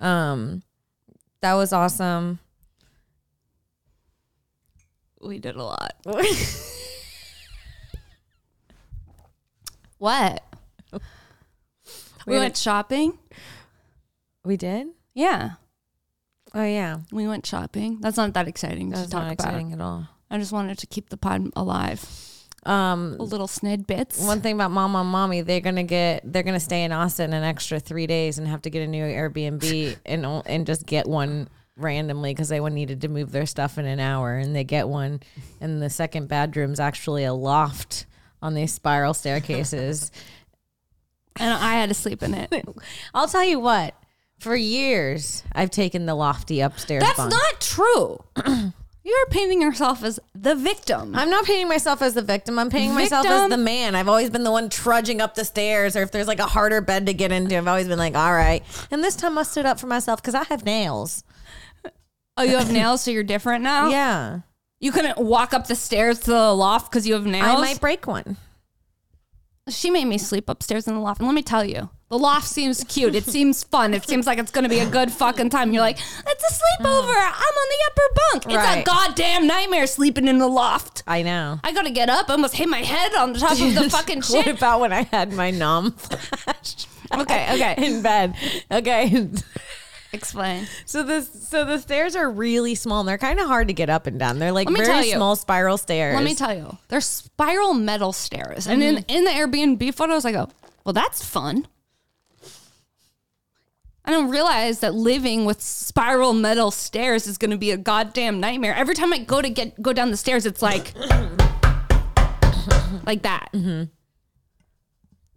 [SPEAKER 2] Um, that was awesome.
[SPEAKER 3] We did
[SPEAKER 2] [laughs]
[SPEAKER 3] a lot.
[SPEAKER 2] I
[SPEAKER 3] What? We,
[SPEAKER 2] We
[SPEAKER 3] went shopping.
[SPEAKER 2] We did.
[SPEAKER 3] Yeah.
[SPEAKER 2] Oh yeah,
[SPEAKER 3] We went shopping. That's not that exciting
[SPEAKER 2] that
[SPEAKER 3] to
[SPEAKER 2] was
[SPEAKER 3] talk
[SPEAKER 2] not
[SPEAKER 3] about.
[SPEAKER 2] exciting at all.
[SPEAKER 3] I just wanted to keep the pod alive.
[SPEAKER 2] Um,
[SPEAKER 3] Little snidbits.
[SPEAKER 2] one thing about Mama and Mommy, they're gonna get, they're gonna stay in Austin an extra three days and have to get a new
[SPEAKER 3] [laughs]
[SPEAKER 2] Airbnb and o- and just get one randomly because they needed to move their stuff in an hour and they get one, and the second bedroom's actually a loft on these spiral staircases.
[SPEAKER 3] and I had to sleep
[SPEAKER 2] [laughs]
[SPEAKER 3] in it.
[SPEAKER 2] I'll tell you what. For years, I've taken the lofty upstairs.
[SPEAKER 3] That's
[SPEAKER 2] bunk.
[SPEAKER 3] not true. [clears throat] You're painting yourself as the victim.
[SPEAKER 2] I'm not painting myself as the victim. I'm painting myself as
[SPEAKER 3] Victim.
[SPEAKER 2] the man. I've always been the one trudging up the stairs, or if there's like a harder bed to get into, I've always been like, all right. And this time I stood up for myself because I have nails.
[SPEAKER 3] oh, you
[SPEAKER 2] [laughs]
[SPEAKER 3] have nails, so you're different
[SPEAKER 2] Oh.
[SPEAKER 3] now?
[SPEAKER 2] Yeah.
[SPEAKER 3] You couldn't walk up the stairs to the loft because you have nails?
[SPEAKER 2] I might break one.
[SPEAKER 3] she made me sleep upstairs in the loft. And let me tell you, the loft seems
[SPEAKER 2] [laughs]
[SPEAKER 3] cute. It seems fun. It seems like it's going to be a good fucking time. You're like, it's a sleepover. I'm on the upper bunk. It's a
[SPEAKER 2] Mm. Right.
[SPEAKER 3] goddamn nightmare sleeping in the loft.
[SPEAKER 2] I [laughs] know.
[SPEAKER 3] I gotta get up. I almost hit my head on the top
[SPEAKER 2] [laughs]
[SPEAKER 3] of the fucking
[SPEAKER 2] What
[SPEAKER 3] shit.
[SPEAKER 2] about when I had my nom [laughs] flash?
[SPEAKER 3] Okay, okay.
[SPEAKER 2] In bed. Okay. [laughs]
[SPEAKER 3] Explain.
[SPEAKER 2] So the so the stairs are really small and they're kind of hard to get up and down. They're like
[SPEAKER 3] Let me tell
[SPEAKER 2] very
[SPEAKER 3] you.
[SPEAKER 2] small spiral stairs.
[SPEAKER 3] Let me tell you, they're spiral metal stairs. And in,
[SPEAKER 2] Mm-hmm.
[SPEAKER 3] in the Airbnb photos, I go, well, that's fun. I don't realize that living with spiral metal stairs is gonna be a goddamn nightmare. Every time I go to get go down the
[SPEAKER 2] [coughs]
[SPEAKER 3] stairs, it's like like that.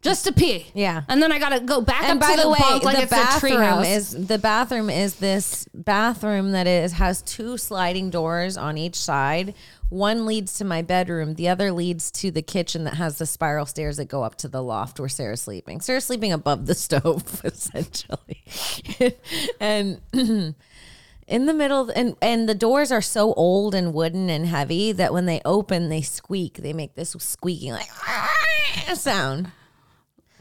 [SPEAKER 3] just to pee.
[SPEAKER 2] Mm-hmm. Yeah.
[SPEAKER 3] And then I gotta go back
[SPEAKER 2] and
[SPEAKER 3] up
[SPEAKER 2] by
[SPEAKER 3] to the,
[SPEAKER 2] the way,
[SPEAKER 3] bunk like
[SPEAKER 2] the
[SPEAKER 3] it's a tree
[SPEAKER 2] bathroom
[SPEAKER 3] house.
[SPEAKER 2] is the bathroom is this bathroom that is has two sliding doors on each side. One leads to my bedroom, the other leads to the kitchen that has the spiral stairs that go up to the loft where Sarah's sleeping. Sarah's sleeping above the [laughs] stove, essentially, [laughs] and [clears throat] in the middle and and the doors are so old and wooden and heavy that when they open, they squeak. They make this squeaking like [laughs] sound.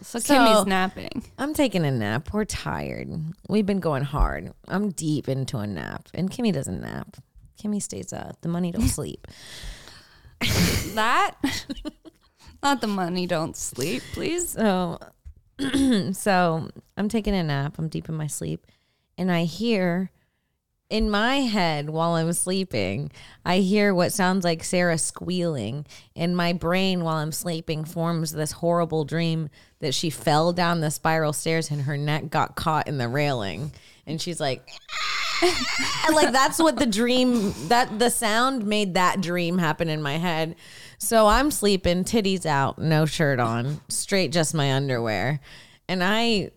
[SPEAKER 3] so
[SPEAKER 2] so-
[SPEAKER 3] Kimmy's napping.
[SPEAKER 2] I'm taking a nap. We're tired. We've been going hard. I'm deep into a nap, and Kimmy doesn't nap. Kimmy stays up. The money don't sleep.
[SPEAKER 3] That [laughs] not the money don't sleep, please.
[SPEAKER 2] So, [clears throat] so I'm taking a nap. I'm deep in my sleep, and I hear in my head while I'm sleeping, I hear what sounds like Sarah squealing, and my brain while I'm sleeping forms this horrible dream that she fell down the spiral stairs and her neck got caught in the railing, and she's like. And, [laughs] like that's what the dream that the sound made that dream happen in my head. So I'm sleeping, titties out, no shirt on, straight just my underwear. And I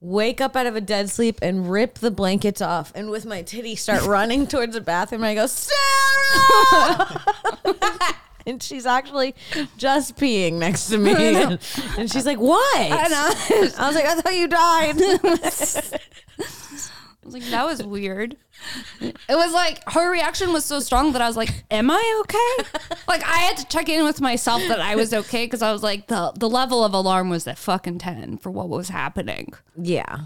[SPEAKER 2] wake up out of a dead sleep and rip the blankets off and with my titty start running [laughs] towards the bathroom. I go, Sarah [laughs] And she's actually just peeing next to me. And, she's like, What? I,
[SPEAKER 3] know.
[SPEAKER 2] was like, [laughs] I thought you died. [laughs]
[SPEAKER 3] I was like, that was [laughs] weird. It was like her reaction was so strong that I was like, "Am I [laughs] okay?" Like I had to check in with myself that I was okay because I was like, the the level of alarm was at fucking ten for what was happening.
[SPEAKER 2] Yeah.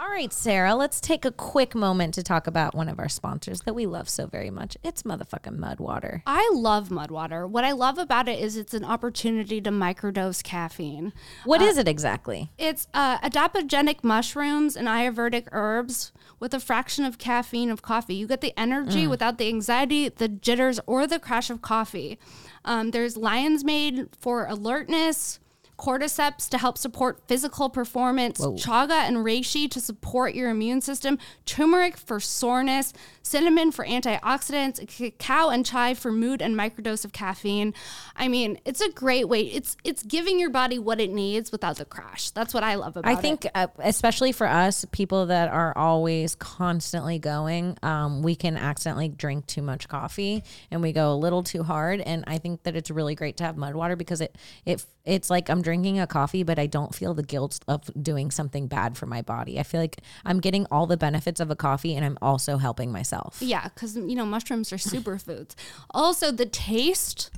[SPEAKER 2] All right, Sarah, let's take a quick moment to talk about one of our sponsors that we love so very much. It's motherfucking Mudwater.
[SPEAKER 3] I love mud water. What I love about it is it's an opportunity to microdose caffeine.
[SPEAKER 2] What is it exactly?
[SPEAKER 3] It's uh, adaptogenic mushrooms and Ayurvedic herbs with a fraction of caffeine of coffee. You get the energy without the anxiety, the jitters, or the crash of coffee. Um, there's lion's mane for alertness, cordyceps to help support physical performance, chaga and reishi to support your immune system, turmeric for soreness, cinnamon for antioxidants, cacao and chai for mood and microdose of caffeine. I mean, it's a great way. It's it's giving your body what it needs without the crash. That's what I love about
[SPEAKER 2] I
[SPEAKER 3] it.
[SPEAKER 2] think, uh, especially for us, people that are always constantly going, um, we can accidentally drink too much coffee and we go a little too hard. And I think that it's really great to have mud water because it, it it's like I'm drinking a coffee, but I don't feel the guilt of doing something bad for my body. I feel like I'm getting all the benefits of a coffee and I'm also helping myself.
[SPEAKER 3] yeah, because you know mushrooms are superfoods. Also, the taste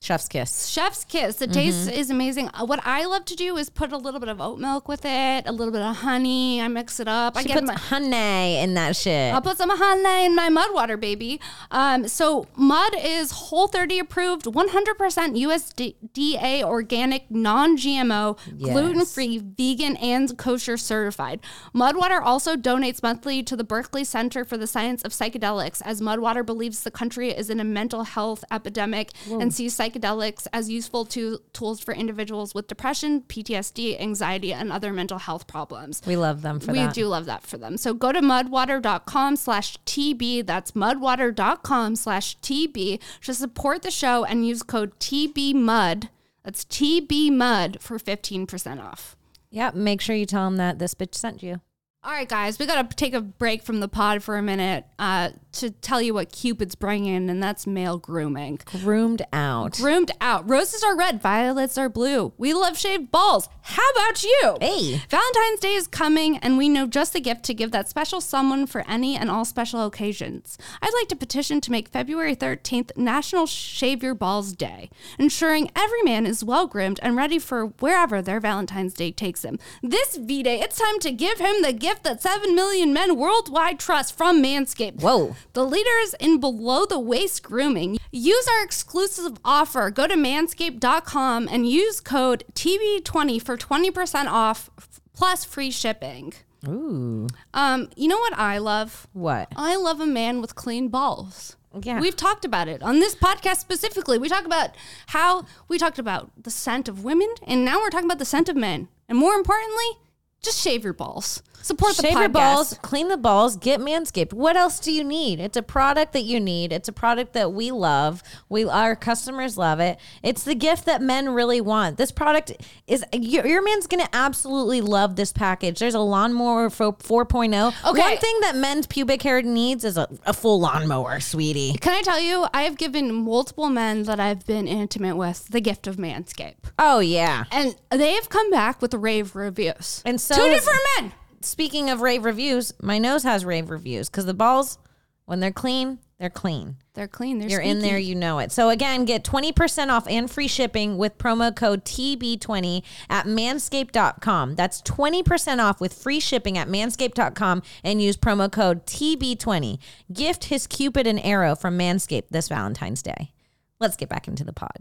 [SPEAKER 2] Chef's kiss.
[SPEAKER 3] chef's kiss.
[SPEAKER 2] Mm-hmm.
[SPEAKER 3] The taste is amazing. Uh, What I love to do is put a little bit of oat milk with it, a little bit of honey. I mix it up. I
[SPEAKER 2] She
[SPEAKER 3] get
[SPEAKER 2] puts
[SPEAKER 3] my,
[SPEAKER 2] honey in that shit.
[SPEAKER 3] I'll put some honey in my mud water, baby. Um, so mud is Whole 30 approved, 100% USDA organic, non-GMO,
[SPEAKER 2] Yes.
[SPEAKER 3] gluten-free, vegan, and kosher certified. Mudwater also donates monthly to the Berkeley Center for the Science of Psychedelics, as Mudwater believes the country is in a mental health epidemic and sees psychedelics as useful to, tools for individuals with depression, PTSD, anxiety, and other mental health problems
[SPEAKER 2] we love them for
[SPEAKER 3] we
[SPEAKER 2] that.
[SPEAKER 3] do love that for them. So go to mudwater.com slash TB. That's mudwater.com slash TB to support the show and use code TBMUD. That's TBMUD for 15% off.
[SPEAKER 2] Yep. Make sure you tell them that this bitch sent you.
[SPEAKER 3] All right, guys, we got to take a break from the pod for a minute uh, to tell you what Cupid's bringing, and that's male grooming.
[SPEAKER 2] Groomed out.
[SPEAKER 3] Groomed out. Roses are red, violets are blue. We love shaved balls. How about you?
[SPEAKER 2] Hey.
[SPEAKER 3] Valentine's Day is coming, and we know just the gift to give that special someone for any and all special occasions. I'd like to petition to make February 13th National Shave Your Balls Day, ensuring every man is well groomed and ready for wherever their Valentine's Day takes him. This V Day, it's time to give him the gift that 7 million men worldwide trust from Manscaped.
[SPEAKER 2] Whoa.
[SPEAKER 3] The leaders in below the waist grooming. Use our exclusive offer. Go to manscaped.com and use code TB20 for 20% off f- plus free shipping.
[SPEAKER 2] Ooh.
[SPEAKER 3] Um, you know what I love?
[SPEAKER 2] What?
[SPEAKER 3] I love a man with clean balls.
[SPEAKER 2] Yeah.
[SPEAKER 3] We've talked about it on this podcast specifically. We talk about how we talked about the scent of women, and now we're talking about the scent of men. And more importantly, just shave your balls. Support the
[SPEAKER 2] Shave
[SPEAKER 3] podcast.
[SPEAKER 2] your balls, clean the balls, get manscaped. What else do you need? It's a product that you need. It's a product that we love. We our customers love it. It's the gift that men really want. This product is your, your man's going to absolutely love this package. There's a lawnmower fo- 4.0.
[SPEAKER 3] Okay.
[SPEAKER 2] One thing that men's pubic hair needs is a, a full lawnmower, sweetie.
[SPEAKER 3] Can I tell you, I have given multiple men that I've been intimate with the gift of Manscaped.
[SPEAKER 2] Oh yeah.
[SPEAKER 3] And they have come back with rave reviews.
[SPEAKER 2] And so
[SPEAKER 3] Two
[SPEAKER 2] is-
[SPEAKER 3] different men.
[SPEAKER 2] Speaking of rave reviews, my nose has rave reviews cuz the balls when they're clean, they're clean.
[SPEAKER 3] They're clean. They're
[SPEAKER 2] You're in there, you know it. So again, get 20% off and free shipping with promo code TB20 at manscaped.com. That's 20% off with free shipping at manscaped.com and use promo code TB20. Gift his Cupid an arrow from Manscaped this Valentine's Day. Let's get back into the pod.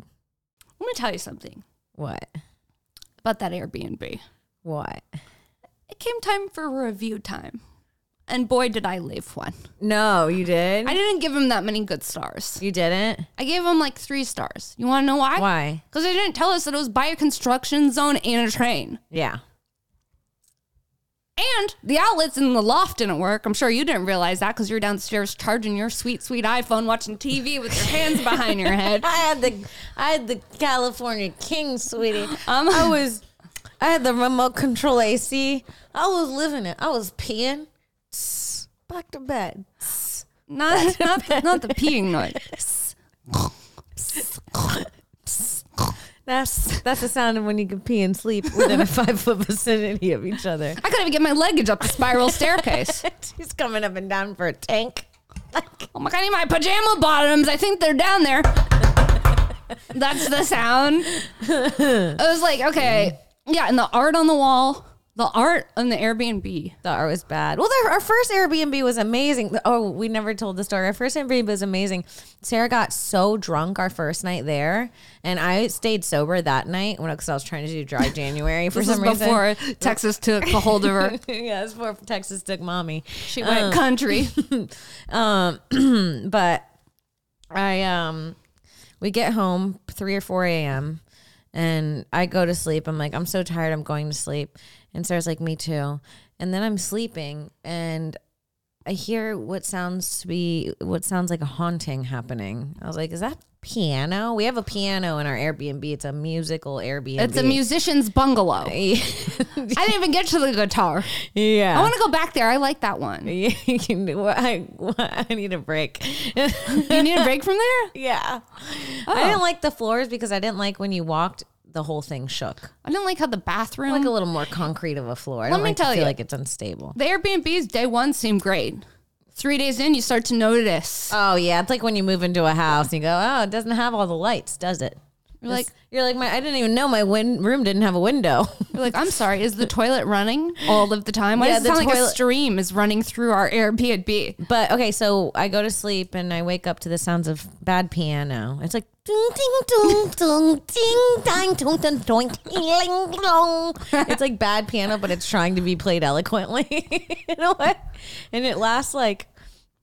[SPEAKER 3] Let me tell you something
[SPEAKER 2] What?
[SPEAKER 3] about that Airbnb.
[SPEAKER 2] What?
[SPEAKER 3] It came time for review time. And boy, did I leave one.
[SPEAKER 2] No, you did?
[SPEAKER 3] I didn't give him that many good stars.
[SPEAKER 2] you didn't?
[SPEAKER 3] I gave him like three stars. You want to know why?
[SPEAKER 2] Why?
[SPEAKER 3] Because they didn't tell us that it was by a construction zone and a train.
[SPEAKER 2] Yeah.
[SPEAKER 3] And the outlets in the loft didn't work. I'm sure you didn't realize that because you're downstairs charging your sweet, sweet iPhone, watching TV with your hands behind your head.
[SPEAKER 2] I had the I had the California King, sweetie.
[SPEAKER 3] Um,
[SPEAKER 2] [laughs] I was I had the remote control AC. I was living it. I was peeing. Tss, Back to bed. Tss.
[SPEAKER 3] Not, not, not the peeing noise.
[SPEAKER 2] That's that's the sound of when you can pee and sleep [laughs] within a five foot vicinity of each other.
[SPEAKER 3] I couldn't even get my luggage up the spiral staircase.
[SPEAKER 2] She's coming up and down for a tank.
[SPEAKER 3] Oh my god, I need my pajama bottoms. I think they're down there. [laughs] That's
[SPEAKER 2] [laughs]
[SPEAKER 3] the sound. I was like, okay. Yeah, and the art on the wall, the art on the Airbnb.
[SPEAKER 2] The art was bad. Well, there, our first Airbnb was amazing. Oh, we never told the story. Our first Airbnb was amazing. Sarah got so drunk our first night there, and I stayed sober that night when because I was trying to do
[SPEAKER 3] [laughs]
[SPEAKER 2] dry January for
[SPEAKER 3] This is
[SPEAKER 2] some reason.
[SPEAKER 3] before Texas took a hold of her.
[SPEAKER 2] [laughs] yeah, it's before Texas took mommy.
[SPEAKER 3] She
[SPEAKER 2] [laughs]
[SPEAKER 3] went [laughs] country.
[SPEAKER 2] But I um, we get home three or four a.m. and I go to sleep. I'm like, I'm so tired. I'm going to sleep. And Sarah's like, me too. And then I'm sleeping and I hear what sounds to be what sounds like a haunting happening. I was like, is that piano? We have a piano in our Airbnb. It's a musical Airbnb.
[SPEAKER 3] It's a musician's bungalow.
[SPEAKER 2] [laughs]
[SPEAKER 3] I didn't even get to the guitar.
[SPEAKER 2] yeah.
[SPEAKER 3] I want to go back there. I like that
[SPEAKER 2] [laughs]
[SPEAKER 3] one.
[SPEAKER 2] you can do what I, [laughs] what- I need a break. [laughs]
[SPEAKER 3] You need a break from there?
[SPEAKER 2] yeah. I didn't like the floors because I didn't like when you walked, the whole thing shook. Mm.
[SPEAKER 3] I didn't like how the bathroom.
[SPEAKER 2] like a little more concrete of a floor. I
[SPEAKER 3] Let
[SPEAKER 2] don't
[SPEAKER 3] me
[SPEAKER 2] like
[SPEAKER 3] tell
[SPEAKER 2] to feel
[SPEAKER 3] you.
[SPEAKER 2] like it's unstable.
[SPEAKER 3] the Airbnbs day one seemed great. Three days in, you start to notice.
[SPEAKER 2] Oh yeah, it's like when you move into a house and you go, oh, it doesn't have all the lights, does it? You're
[SPEAKER 3] like-
[SPEAKER 2] you're like my. I didn't even know my win- room didn't have a window. [laughs]
[SPEAKER 3] You're like, I'm sorry, is the toilet running all of the time? Why
[SPEAKER 2] Yeah,
[SPEAKER 3] does it
[SPEAKER 2] the
[SPEAKER 3] sound like a
[SPEAKER 2] toilet-
[SPEAKER 3] stream is running through
[SPEAKER 2] [laughs]
[SPEAKER 3] our Airbnb?
[SPEAKER 2] But okay, so I go to sleep and I wake up to the sounds of bad piano. It's like ding ding dong dong ding dang dong dong dong ding dong. It's like bad piano, but it's trying to be played eloquently [laughs] in a way, and it lasts like.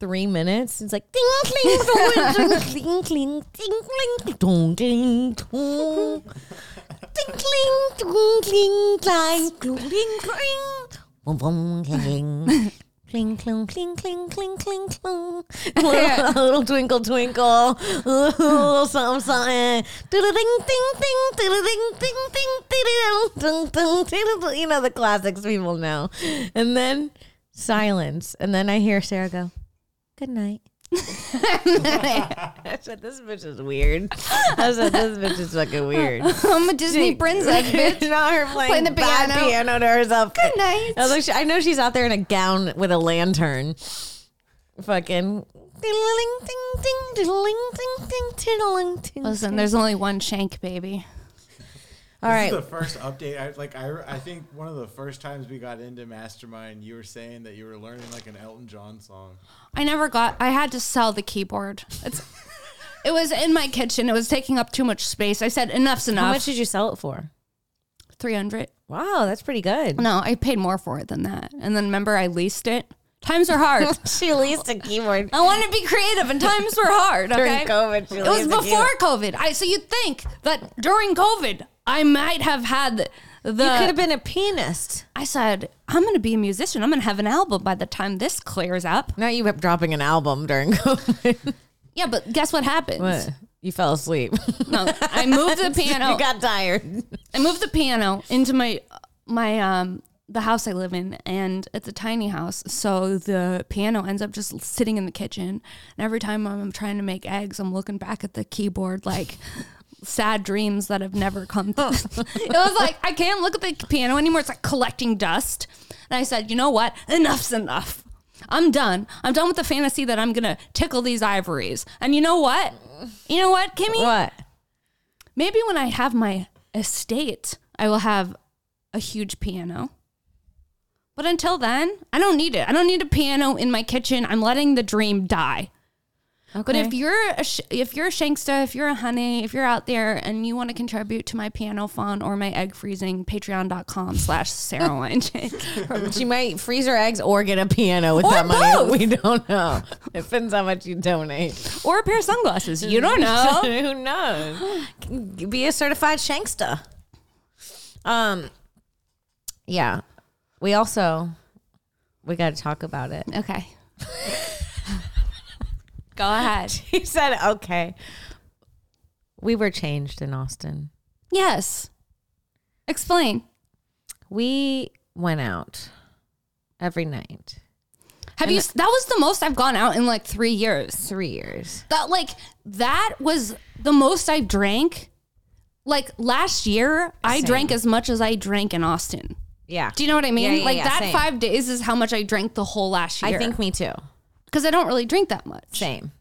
[SPEAKER 2] Three minutes. It's like ding cling dong dong, ding cling ding cling dong ding dong ding cling dong ding clang dong, ding cling boom boom clang. Cling, cling, cling, cling, cling, cling, cling. Little, little twinkle, twinkle. Little something, something. Ding, ding, ding, ding, ding, ding, ding, ding, ding. You know the classics people know. And then silence. And then I hear Sarah go, good night. I said, this bitch is weird. I said, this bitch is fucking weird.
[SPEAKER 3] I'm a Disney
[SPEAKER 2] [laughs]
[SPEAKER 3] princess, bitch.
[SPEAKER 2] Not her playing,
[SPEAKER 3] Playing the
[SPEAKER 2] the bad
[SPEAKER 3] piano.
[SPEAKER 2] piano. to herself.
[SPEAKER 3] Good night.
[SPEAKER 2] I, was like, she- I know she's out there in a gown with a lantern. Fucking. diddling, ding, ding, diddling, ding, ding, tiddling, ding.
[SPEAKER 3] Listen, there's only one shank, baby.
[SPEAKER 2] All right.
[SPEAKER 4] The first update, I like. I I think one of the first times we got into Mastermind, you were saying that you were learning like an Elton John
[SPEAKER 5] [laughs]
[SPEAKER 4] song.
[SPEAKER 3] I never got. I had to sell the keyboard. It's. It was in my kitchen. It was taking up too much space. I said, enough's
[SPEAKER 2] How
[SPEAKER 3] enough.
[SPEAKER 2] much did you sell it for?
[SPEAKER 3] 300.
[SPEAKER 2] Wow, that's pretty good.
[SPEAKER 3] No, I paid more for it than that. And then remember, I leased it. Times
[SPEAKER 2] [laughs]
[SPEAKER 3] are hard.
[SPEAKER 2] [laughs] she leased a keyboard [laughs]
[SPEAKER 3] I want to be creative, and times were hard.
[SPEAKER 2] during
[SPEAKER 3] Okay.
[SPEAKER 2] COVID. She
[SPEAKER 3] It was
[SPEAKER 2] leased a
[SPEAKER 3] before COVID. I so you'd think that during COVID I might have had The
[SPEAKER 2] you could have been a pianist.
[SPEAKER 3] I said, I'm going to be a musician. I'm going to have an album by the time this clears up.
[SPEAKER 2] Now you kept dropping an album during [laughs] COVID.
[SPEAKER 3] Yeah, but guess what happens?
[SPEAKER 2] What? You fell asleep. [laughs]
[SPEAKER 3] No, I moved the
[SPEAKER 2] you
[SPEAKER 3] piano.
[SPEAKER 2] got tired.
[SPEAKER 3] I moved the piano into my my um the house I live in, and it's a tiny house, so the piano ends up just sitting in the kitchen. And every time I'm trying to make eggs, I'm looking back at the keyboard like sad dreams that have never come. Through. [laughs] it was like I can't look at the piano anymore. It's like collecting dust. And I said, you know what? Enough's enough. I'm done. I'm done with the fantasy that I'm gonna tickle these ivories. And you know what? You know what, Kimmy?
[SPEAKER 2] What?
[SPEAKER 3] Maybe when I have my estate, I will have a huge piano. But until then, I don't need it. I don't need a piano in my kitchen. I'm letting the dream die.
[SPEAKER 2] Okay.
[SPEAKER 3] But if you're a sh- if you're a Shanksta, if you're a honey, if you're out there and you want to contribute to my piano fund or my egg freezing, patreon.com slash Sarah Wine Shank. [laughs]
[SPEAKER 2] she might freeze her eggs or get a piano with
[SPEAKER 3] Or
[SPEAKER 2] that money. [laughs]
[SPEAKER 3] both.
[SPEAKER 2] We don't know. Depends how much you donate.
[SPEAKER 3] or a pair of sunglasses. You [laughs] don't know.
[SPEAKER 2] Who knows? [gasps] Be a certified shankster. Um. Yeah. We also we got to talk about
[SPEAKER 3] [laughs]
[SPEAKER 2] it.
[SPEAKER 3] Okay. Go ahead.
[SPEAKER 2] He said, "Okay." We were changed in Austin.
[SPEAKER 3] Yes. Explain.
[SPEAKER 2] We went out every night,
[SPEAKER 3] Have you? That was the most I've gone out in like three years.
[SPEAKER 2] three years.
[SPEAKER 3] That like that was the most I drank. Like last year, I
[SPEAKER 2] Same.
[SPEAKER 3] drank as much as I drank in Austin.
[SPEAKER 2] Yeah.
[SPEAKER 3] Do you know what I mean?
[SPEAKER 2] Yeah, yeah,
[SPEAKER 3] like
[SPEAKER 2] yeah,
[SPEAKER 3] that
[SPEAKER 2] same.
[SPEAKER 3] five days is how much I drank the whole last year.
[SPEAKER 2] I think me too.
[SPEAKER 3] because I don't really drink that much.
[SPEAKER 2] Same.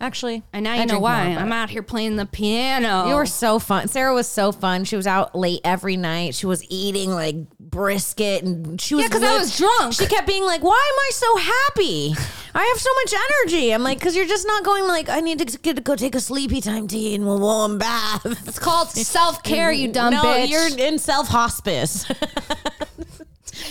[SPEAKER 2] Actually,
[SPEAKER 3] And now
[SPEAKER 2] I
[SPEAKER 3] you know
[SPEAKER 2] drink
[SPEAKER 3] why
[SPEAKER 2] more, but-
[SPEAKER 3] I'm out here playing the piano.
[SPEAKER 2] You were so fun. Sarah was so fun. She was out late every night. She was eating like brisket and she was
[SPEAKER 3] Yeah, 'cause I
[SPEAKER 2] lit-
[SPEAKER 3] was drunk.
[SPEAKER 2] She kept being like, "Why am I so happy? I have so much energy." I'm like, "Cause you're just not going like I need to get, go take a sleepy time tea and a warm bath."
[SPEAKER 3] it's called self care,
[SPEAKER 2] [laughs]
[SPEAKER 3] you dumb
[SPEAKER 2] no,
[SPEAKER 3] bitch.
[SPEAKER 2] you're in self hospice. [laughs]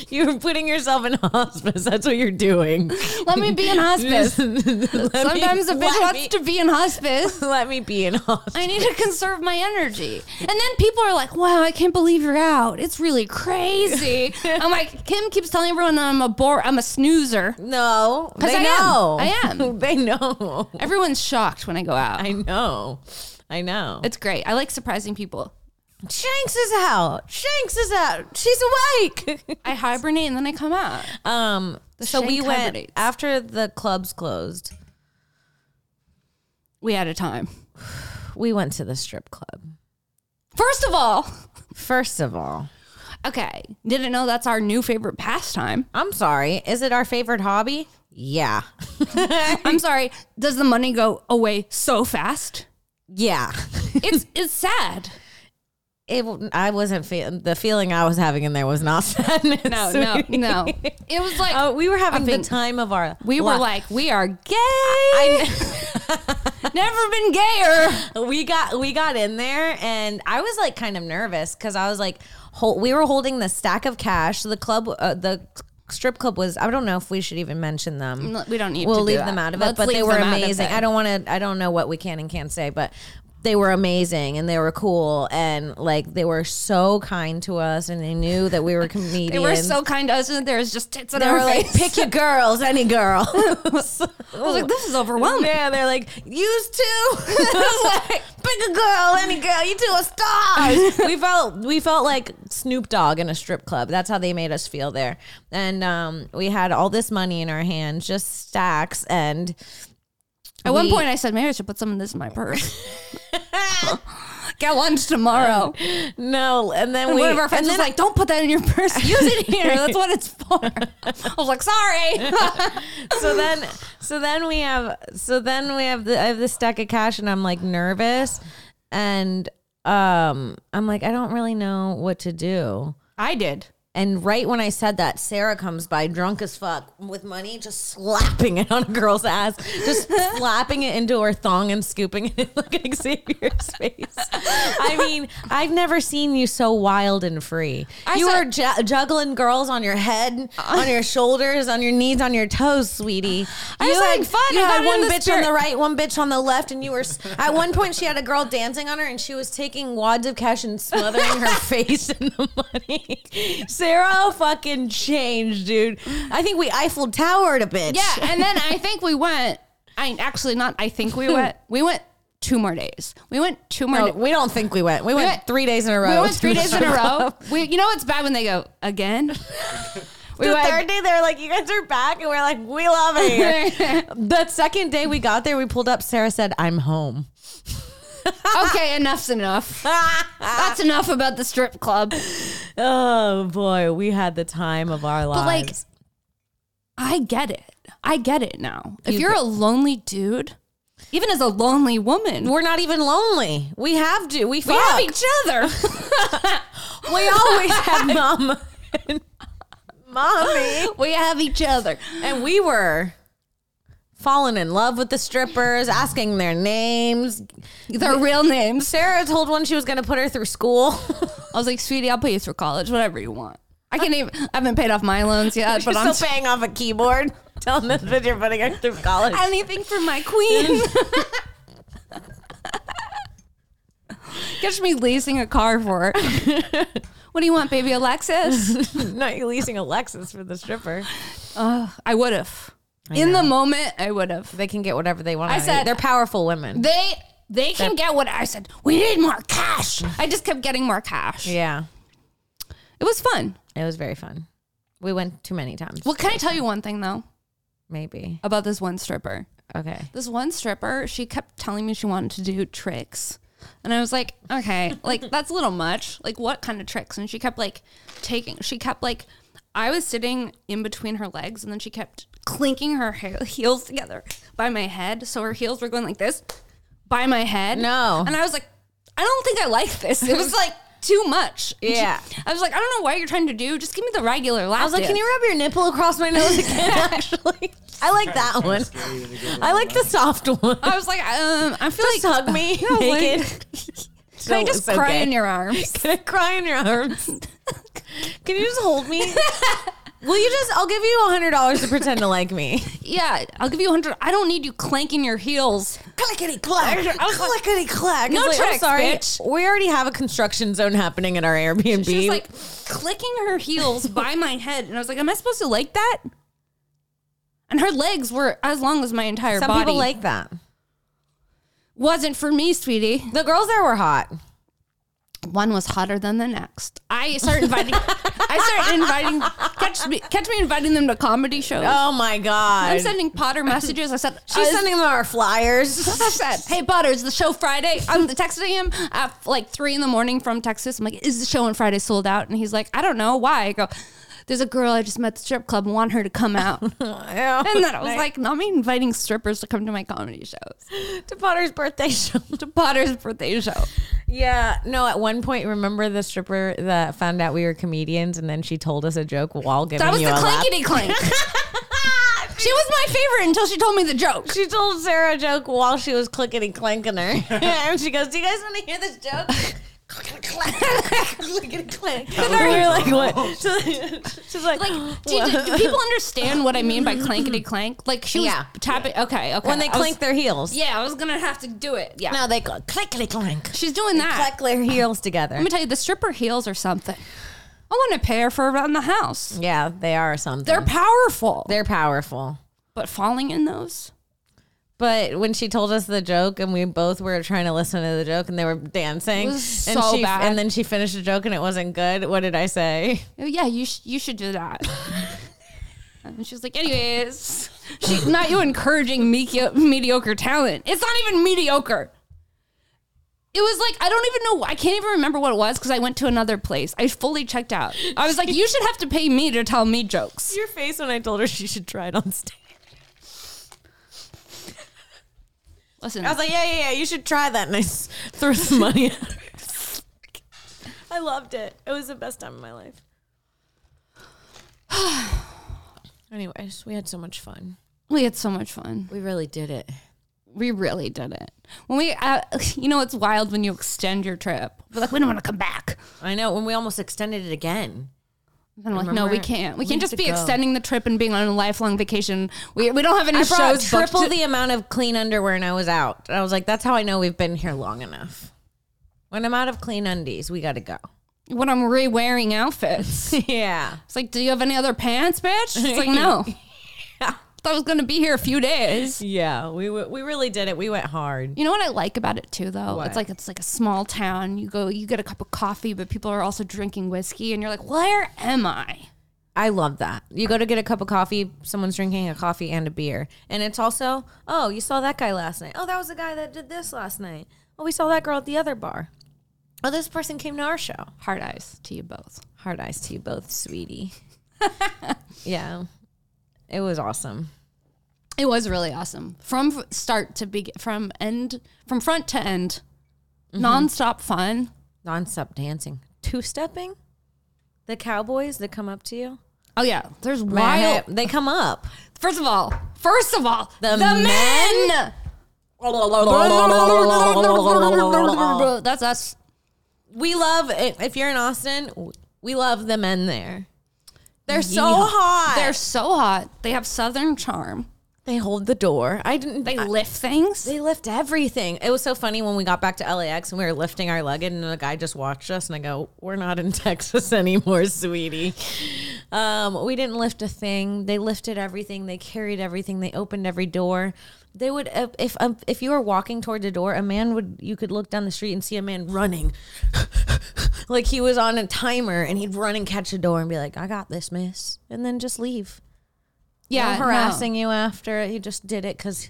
[SPEAKER 2] you're putting yourself in hospice. That's what you're doing.
[SPEAKER 3] Let
[SPEAKER 2] [laughs]
[SPEAKER 3] me be in hospice. Sometimes a
[SPEAKER 2] the
[SPEAKER 3] bitch wants to be in hospice.
[SPEAKER 2] let me be in hospice.
[SPEAKER 3] I need to conserve my energy. And then people are like, wow, I can't believe you're out. It's really crazy. I'm like, Kim keeps telling everyone that I'm a bore, I'm a snoozer.
[SPEAKER 2] No, they
[SPEAKER 3] I am.
[SPEAKER 2] know.
[SPEAKER 3] I
[SPEAKER 2] [laughs]
[SPEAKER 3] am.
[SPEAKER 2] they know.
[SPEAKER 3] Everyone's shocked when I go out.
[SPEAKER 2] I know. I know.
[SPEAKER 3] It's great. I like surprising people.
[SPEAKER 2] Shanks is out. Shanks is out. She's awake.
[SPEAKER 3] I hibernate and then I come out.
[SPEAKER 2] um. so
[SPEAKER 3] shank
[SPEAKER 2] we went
[SPEAKER 3] hibernates.
[SPEAKER 2] after the clubs closed.
[SPEAKER 3] We had a time.
[SPEAKER 2] We went to the strip club.
[SPEAKER 3] First of all,
[SPEAKER 2] First of all,
[SPEAKER 3] okay, didn't know that's our new favorite pastime.
[SPEAKER 2] I'm sorry. Is it our favorite hobby? Yeah.
[SPEAKER 3] I'm sorry. Does the money go away so fast?
[SPEAKER 2] Yeah. [laughs]
[SPEAKER 3] It's it's sad.
[SPEAKER 2] It, I wasn't feeling the feeling I was having in there was not [laughs] sadness.
[SPEAKER 3] No, no, no. It was like
[SPEAKER 2] Oh, we were having
[SPEAKER 3] I'm
[SPEAKER 2] the
[SPEAKER 3] the-
[SPEAKER 2] time of our.
[SPEAKER 3] we were
[SPEAKER 2] li-
[SPEAKER 3] like, we are gay. [laughs] Never been gayer.
[SPEAKER 2] we got we got in there and i was like kind of nervous because i was like hol- we were holding the stack of cash the club uh, the strip club was i don't know if we should even mention them
[SPEAKER 3] No, we don't need
[SPEAKER 2] we'll
[SPEAKER 3] to do
[SPEAKER 2] leave
[SPEAKER 3] that.
[SPEAKER 2] them out of
[SPEAKER 3] Let's
[SPEAKER 2] it but they
[SPEAKER 3] leave
[SPEAKER 2] were
[SPEAKER 3] them out of
[SPEAKER 2] amazing
[SPEAKER 3] it.
[SPEAKER 2] i don't want to i don't know what we can and can't say but they were amazing and they were cool and like they were so kind to us and they knew that we were comedians
[SPEAKER 3] [laughs] They were so kind to us, and there was just tits in
[SPEAKER 2] they
[SPEAKER 3] our
[SPEAKER 2] were like
[SPEAKER 3] face.
[SPEAKER 2] pick your girls any
[SPEAKER 3] [laughs]
[SPEAKER 2] girl
[SPEAKER 3] I was like, this is overwhelming.
[SPEAKER 2] [laughs] Yeah, they're like, used to. pick a girl, any girl, you two are stars. we felt we felt like Snoop Dogg in a strip club. That's how they made us feel there. And um, we had all this money in our hands, just stacks, and
[SPEAKER 3] At one
[SPEAKER 2] we-
[SPEAKER 3] point, I said, maybe I should put some of this in
[SPEAKER 2] [laughs]
[SPEAKER 3] my purse. Get lunch tomorrow.
[SPEAKER 2] no, and then
[SPEAKER 3] And
[SPEAKER 2] we
[SPEAKER 3] one of our friends
[SPEAKER 2] and
[SPEAKER 3] was
[SPEAKER 2] then
[SPEAKER 3] like, don't put that in
[SPEAKER 2] [laughs]
[SPEAKER 3] your purse. Use it here. That's what it's for. I was
[SPEAKER 2] [laughs]
[SPEAKER 3] like, sorry.
[SPEAKER 2] so then so then we have so then we have the I have this stack of cash and I'm like nervous and um I'm like I don't really know what to do.
[SPEAKER 3] I did.
[SPEAKER 2] And right when I said that, Sarah comes by drunk as fuck with money, just slapping it on a girl's ass,
[SPEAKER 3] [laughs]
[SPEAKER 2] just slapping it into her thong and scooping it in [laughs] like Xavier's face. I mean, I've never seen you so wild and free.
[SPEAKER 3] I Uh,
[SPEAKER 2] you
[SPEAKER 3] saw-
[SPEAKER 2] were ju- juggling girls on your head, on your shoulders, on your knees, on your toes, sweetie.
[SPEAKER 3] I was
[SPEAKER 2] You
[SPEAKER 3] having fun.
[SPEAKER 2] You
[SPEAKER 3] I
[SPEAKER 2] had
[SPEAKER 3] had it in
[SPEAKER 2] one
[SPEAKER 3] the
[SPEAKER 2] bitch on
[SPEAKER 3] spirit.
[SPEAKER 2] the right, one bitch on the left, and you were s- at one point she had a girl dancing on her, and she was taking wads of cash and smothering
[SPEAKER 3] [laughs]
[SPEAKER 2] her face in the money. Sarah fucking changed, dude. I think we Eiffel Towered a bitch.
[SPEAKER 3] Yeah, and then I think we went. I actually not. I think
[SPEAKER 2] Hmm.
[SPEAKER 3] we went. We went two more days. We went two more.
[SPEAKER 2] No,
[SPEAKER 3] da-
[SPEAKER 2] Oh, we don't think we went. We, went,
[SPEAKER 3] went-
[SPEAKER 2] three days in a row.
[SPEAKER 3] we went three
[SPEAKER 2] to the
[SPEAKER 3] days in a [laughs]
[SPEAKER 2] strip
[SPEAKER 3] row.
[SPEAKER 2] club.
[SPEAKER 3] We, you know what's bad when they go [laughs] again. we
[SPEAKER 2] [laughs] The
[SPEAKER 3] went-
[SPEAKER 2] third day, they're like, "You guys are back," and we're like, "We love it." here." [laughs] the second day we got there, we pulled up. Sarah said, "I'm [laughs] home."
[SPEAKER 3] okay, enough's [laughs] enough. That's enough about the strip club.
[SPEAKER 2] Oh boy, we had the time of our lives.
[SPEAKER 3] But like, I get it. I get it now. If
[SPEAKER 2] You
[SPEAKER 3] you're
[SPEAKER 2] get-
[SPEAKER 3] a lonely dude, even as a lonely woman,
[SPEAKER 2] we're not even lonely. We have to. We
[SPEAKER 3] we
[SPEAKER 2] fuck.
[SPEAKER 3] have each other.
[SPEAKER 2] We always [laughs] had mama and mommy.
[SPEAKER 3] [laughs] we have each other.
[SPEAKER 2] And we were falling in love with the strippers, asking their names.
[SPEAKER 3] [laughs] Their real names.
[SPEAKER 2] Sarah told one she was going to put her through school. [laughs]
[SPEAKER 3] I was like, sweetie, I'll pay you through college, whatever you want. I can't even. I haven't paid off my loans [laughs] yet, but
[SPEAKER 2] She's
[SPEAKER 3] I'm
[SPEAKER 2] still paying off a keyboard. [laughs] Telling this bitch you're putting her through college.
[SPEAKER 3] anything for my [laughs] queen. Catch me leasing a car for her. what do you want, baby Alexis?
[SPEAKER 2] Not you leasing a Lexus for the stripper.
[SPEAKER 3] I would have. In the moment, I would have.
[SPEAKER 2] They can get whatever they want.
[SPEAKER 3] I
[SPEAKER 2] out of
[SPEAKER 3] said-
[SPEAKER 2] you. they're powerful women.
[SPEAKER 3] They they can get what I said. We need more cash. I just kept getting more cash.
[SPEAKER 2] yeah,
[SPEAKER 3] It was fun.
[SPEAKER 2] it was very fun. We went too many times.
[SPEAKER 3] Well, can I tell you one thing though
[SPEAKER 2] Maybe
[SPEAKER 3] about this one stripper?
[SPEAKER 2] okay.
[SPEAKER 3] this one stripper, she kept telling me she wanted to do tricks. And I was like, okay, like that's a little much. Like what kind of tricks? And she kept like taking she kept like I was sitting in between her legs and then she kept clinking her he- [laughs] heels together by my head. So her heels were going like this by my head.
[SPEAKER 2] No.
[SPEAKER 3] And I was like, I don't think I like this. It was like too much. And she-
[SPEAKER 2] Yeah.
[SPEAKER 3] I was like, I don't know what you're trying to do. Just give me the regular lap.
[SPEAKER 2] I was like, can you rub your nipple across my nose [laughs] again? Actually, I like that one. [laughs] I like the soft one. [laughs]
[SPEAKER 3] I was like, um, I feel
[SPEAKER 2] Just
[SPEAKER 3] like
[SPEAKER 2] hug [laughs] me
[SPEAKER 3] No, like-
[SPEAKER 2] naked.
[SPEAKER 3] can I just cry in your arms?
[SPEAKER 2] [laughs] Can I cry in your arms? [laughs] Can you just hold me? [laughs] Will you just? I'll give you a hundred dollars to pretend to like me.
[SPEAKER 3] Yeah, I'll give you a hundred. I don't need you clanking your heels.
[SPEAKER 2] Clickety clack, clickety clack.
[SPEAKER 3] No
[SPEAKER 2] It's
[SPEAKER 3] tricks, bitch.
[SPEAKER 2] We already have a construction zone happening at our Airbnb.
[SPEAKER 3] She was like clicking her heels by [laughs] my head, and I was like, "Am I supposed to like that?" And her legs were as long as my entire
[SPEAKER 2] Some
[SPEAKER 3] body.
[SPEAKER 2] people like that.
[SPEAKER 3] wasn't for me, sweetie.
[SPEAKER 2] The girls there were hot.
[SPEAKER 3] One was hotter than the next. I started inviting. [laughs] I started inviting. Catch me, catch me inviting them to comedy shows.
[SPEAKER 2] Oh my god!
[SPEAKER 3] I'm sending Potter messages. I said
[SPEAKER 2] She's
[SPEAKER 3] I was-
[SPEAKER 2] sending them our [laughs] flyers.
[SPEAKER 3] I said, "Hey, Butter, is the show Friday?" I'm texting him at like three in the morning from Texas. I'm like, "Is the show on Friday sold out?" And he's like, "I don't know why." I go, "There's a girl I just met at the strip club and want her to
[SPEAKER 2] [laughs]
[SPEAKER 3] come out." and then I was like, "Not me inviting strippers to come to my comedy shows
[SPEAKER 2] to Potter's birthday show.
[SPEAKER 3] to Potter's birthday show."
[SPEAKER 2] Yeah, no. At one point, remember the stripper that found out we were comedians, and then she told us a joke while giving
[SPEAKER 3] That was
[SPEAKER 2] you
[SPEAKER 3] the
[SPEAKER 2] a laugh. [laughs]
[SPEAKER 3] clankety clank. she was my favorite until she told me the
[SPEAKER 2] [laughs]
[SPEAKER 3] joke.
[SPEAKER 2] She told Sarah a joke while she was clickety clanking
[SPEAKER 3] [laughs]
[SPEAKER 2] her, [laughs] and she goes, "Do you guys want to hear this joke?" [laughs] Clickety clank, [laughs] clickety clank. And we were like, "What?" So- [laughs] She's like,
[SPEAKER 3] Like, do, you-
[SPEAKER 2] [laughs]
[SPEAKER 3] do people understand what I mean by clankety clank? Like, she was
[SPEAKER 2] Yeah.
[SPEAKER 3] tapping. Okay, okay.
[SPEAKER 2] when they
[SPEAKER 3] I was-
[SPEAKER 2] clank their heels.
[SPEAKER 3] yeah, I was gonna have to do it. Yeah,
[SPEAKER 2] No, they go, clickety clank.
[SPEAKER 3] she's doing that.
[SPEAKER 2] Clack their heels together.
[SPEAKER 3] Let me tell you, the stripper heels or something. I want a pair for around the house.
[SPEAKER 2] Yeah, they are something.
[SPEAKER 3] They're powerful.
[SPEAKER 2] they're powerful.
[SPEAKER 3] but falling in those?
[SPEAKER 2] But when she told us the joke, and we both were trying to listen to the joke, and they were dancing,
[SPEAKER 3] It was
[SPEAKER 2] and
[SPEAKER 3] so
[SPEAKER 2] she
[SPEAKER 3] bad.
[SPEAKER 2] and then she finished the joke, and it wasn't good. What did I say?
[SPEAKER 3] Oh, Yeah, you, sh- you should do
[SPEAKER 2] [laughs]
[SPEAKER 3] that. and she was like, anyways, she, not you encouraging medio- mediocre talent. It's not even mediocre. It was like, I don't even know. I can't even remember what it was because I went to another place. I fully checked out. I was like, you should have to pay me to tell me jokes.
[SPEAKER 2] Your face when I told her she should try it on stage.
[SPEAKER 3] Listen,
[SPEAKER 2] I was like, yeah, yeah, yeah, you should try that, and I s- threw some money. at her. I loved it. It was the best time of my life. [sighs] Anyways, we had so much fun.
[SPEAKER 3] We had so much fun.
[SPEAKER 2] We really did it.
[SPEAKER 3] We really did it. When we, uh, [laughs] you know, it's wild when you extend your trip. We're like, we don't want to come back.
[SPEAKER 2] I know when we almost extended it again.
[SPEAKER 3] And I'm like, no,
[SPEAKER 2] Remember?
[SPEAKER 3] we can't. We
[SPEAKER 2] We
[SPEAKER 3] can't
[SPEAKER 2] need
[SPEAKER 3] just
[SPEAKER 2] to
[SPEAKER 3] be
[SPEAKER 2] go.
[SPEAKER 3] extending the trip and being on a lifelong vacation. We, we don't have any
[SPEAKER 2] I brought
[SPEAKER 3] shows. booked.
[SPEAKER 2] triple the amount of clean underwear and I was out. I was like, that's how I know we've been here long enough. When I'm out of clean undies, we got to go.
[SPEAKER 3] [laughs] when I'm re-wearing
[SPEAKER 2] [laughs]
[SPEAKER 3] outfits.
[SPEAKER 2] Yeah.
[SPEAKER 3] It's like, do you have any other pants, bitch? It's
[SPEAKER 2] [laughs]
[SPEAKER 3] like, no. Thought I was gonna be here a few days.
[SPEAKER 2] Yeah. We, w- we really did it. We went hard.
[SPEAKER 3] You know what I like about it too, though.
[SPEAKER 2] What?
[SPEAKER 3] It's like it's like a small town. You go, you get a cup of coffee, but people are also drinking whiskey, and you're like, where am I?
[SPEAKER 2] I love that. You go to get a cup of coffee, someone's drinking a coffee and a beer. And it's also, oh, you saw that guy last night. Oh, that was the guy that did this last night. Oh, we saw that girl at the other bar. Oh, this person came to our show.
[SPEAKER 3] Hard eyes to you both.
[SPEAKER 2] Hard eyes to you both, sweetie. yeah. It was awesome.
[SPEAKER 3] It was really awesome from f- start to begin, from end, from front to end, Mm-hmm. nonstop fun.
[SPEAKER 2] Non-stop dancing. Two-stepping? The cowboys that come up to you?
[SPEAKER 3] Oh yeah, there's
[SPEAKER 2] Man,
[SPEAKER 3] wild.
[SPEAKER 2] they come up.
[SPEAKER 3] First of all, first of all,
[SPEAKER 2] The
[SPEAKER 3] the, men. [laughs] That's us.
[SPEAKER 2] we love if you're in Austin, we love the men there. They're so
[SPEAKER 3] Yeehaw.
[SPEAKER 2] hot.
[SPEAKER 3] They're so hot. They have southern charm.
[SPEAKER 2] they hold the door. I didn't.
[SPEAKER 3] They
[SPEAKER 2] I-
[SPEAKER 3] lift things.
[SPEAKER 2] they lift everything. It was so funny when we got back to LAX and we were lifting our luggage, and the guy just watched us, and I go, "We're not in [laughs] Texas anymore, sweetie." Um, we didn't lift a thing. They lifted everything. They carried everything. They opened every door. They would uh, if um, if you were walking toward a door, a man would you could look down the street and see a man running, [laughs] like he was on a timer, and he'd run and catch a door and be like, "I got this, miss," and then just leave
[SPEAKER 3] yeah,
[SPEAKER 2] yeah, harassing you after it. He just did it because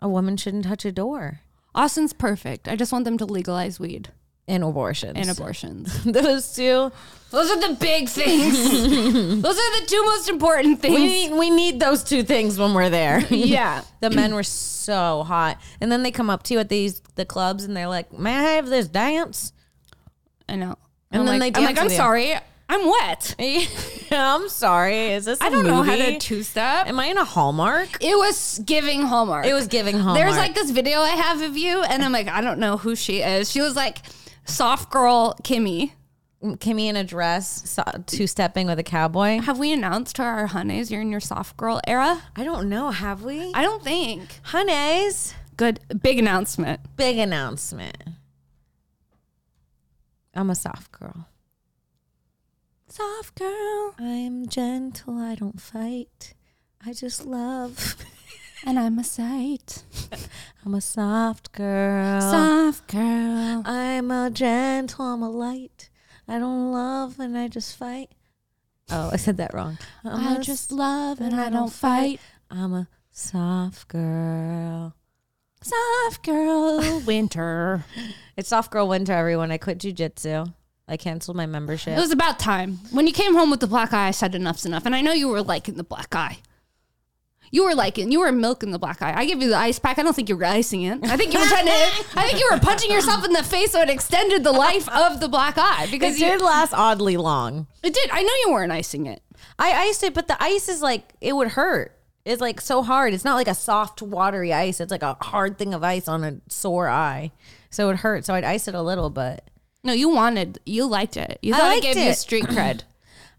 [SPEAKER 2] a woman shouldn't touch a door.
[SPEAKER 3] no. Austin's perfect. I just want them to legalize weed
[SPEAKER 2] And abortions.
[SPEAKER 3] and abortions.
[SPEAKER 2] [laughs] Those two.
[SPEAKER 3] [laughs] Those are the big [laughs] things. Those are the two most
[SPEAKER 2] We
[SPEAKER 3] important things.
[SPEAKER 2] need, we need those two things when we're there.
[SPEAKER 3] yeah.
[SPEAKER 2] [laughs] the men were so hot. And then they come up to you at these the clubs and they're like, May I have this dance? [laughs]
[SPEAKER 3] I know.
[SPEAKER 2] And
[SPEAKER 3] I'm
[SPEAKER 2] then
[SPEAKER 3] like,
[SPEAKER 2] they
[SPEAKER 3] I'm
[SPEAKER 2] dance
[SPEAKER 3] like, I'm
[SPEAKER 2] with you.
[SPEAKER 3] sorry. I'm wet.
[SPEAKER 2] I'm sorry. Is this I
[SPEAKER 3] I don't know how to
[SPEAKER 2] t-
[SPEAKER 3] two step.
[SPEAKER 2] Am I in a Hallmark?
[SPEAKER 3] It was giving Hallmark.
[SPEAKER 2] It was giving Hallmark.
[SPEAKER 3] There's like this video I have of you, and I'm like, I don't know who she is. She was like soft girl Kimmy.
[SPEAKER 2] Kimmy Mm, in a dress, so, two stepping with a cowboy.
[SPEAKER 3] Have we announced to our honeys you're in your soft girl era?
[SPEAKER 2] I don't know. Have we?
[SPEAKER 3] I don't think.
[SPEAKER 2] Honeys.
[SPEAKER 3] Good, big announcement.
[SPEAKER 2] big announcement. I'm a soft girl.
[SPEAKER 3] Soft girl,
[SPEAKER 2] I'm gentle. I don't fight. I just love. [laughs]
[SPEAKER 3] and I'm a sight.
[SPEAKER 2] I'm a soft girl.
[SPEAKER 3] Uh, Soft girl.
[SPEAKER 2] I'm a gentle. I'm a light. I don't love and I just fight. Oh, I said that wrong. I'm
[SPEAKER 3] I
[SPEAKER 2] a
[SPEAKER 3] just
[SPEAKER 2] s-
[SPEAKER 3] love and I don't fight.
[SPEAKER 2] I'm a soft girl. [laughs]
[SPEAKER 3] Soft girl winter.
[SPEAKER 2] It's soft girl winter, everyone. I quit jujitsu. I canceled my membership.
[SPEAKER 3] It was about time. When you came home with the black eye, I said enough's enough. And I know you were liking the black eye. You were liking, you were milking the black eye. I give you the ice pack. I don't think you were icing it. I think you were trying to, I think you were punching yourself in the face so it extended the life of the black eye
[SPEAKER 2] it
[SPEAKER 3] because you,
[SPEAKER 2] did last oddly long.
[SPEAKER 3] it did. I know you weren't icing it.
[SPEAKER 2] I iced it, but the ice is like it would hurt. It's like so hard. It's not like a soft, watery ice. It's like a hard thing of ice on a sore eye. So it hurt. So I'd ice it a little, but
[SPEAKER 3] No, you wanted, you liked it. You
[SPEAKER 2] I
[SPEAKER 3] thought it
[SPEAKER 2] liked
[SPEAKER 3] gave you
[SPEAKER 2] it.
[SPEAKER 3] street cred.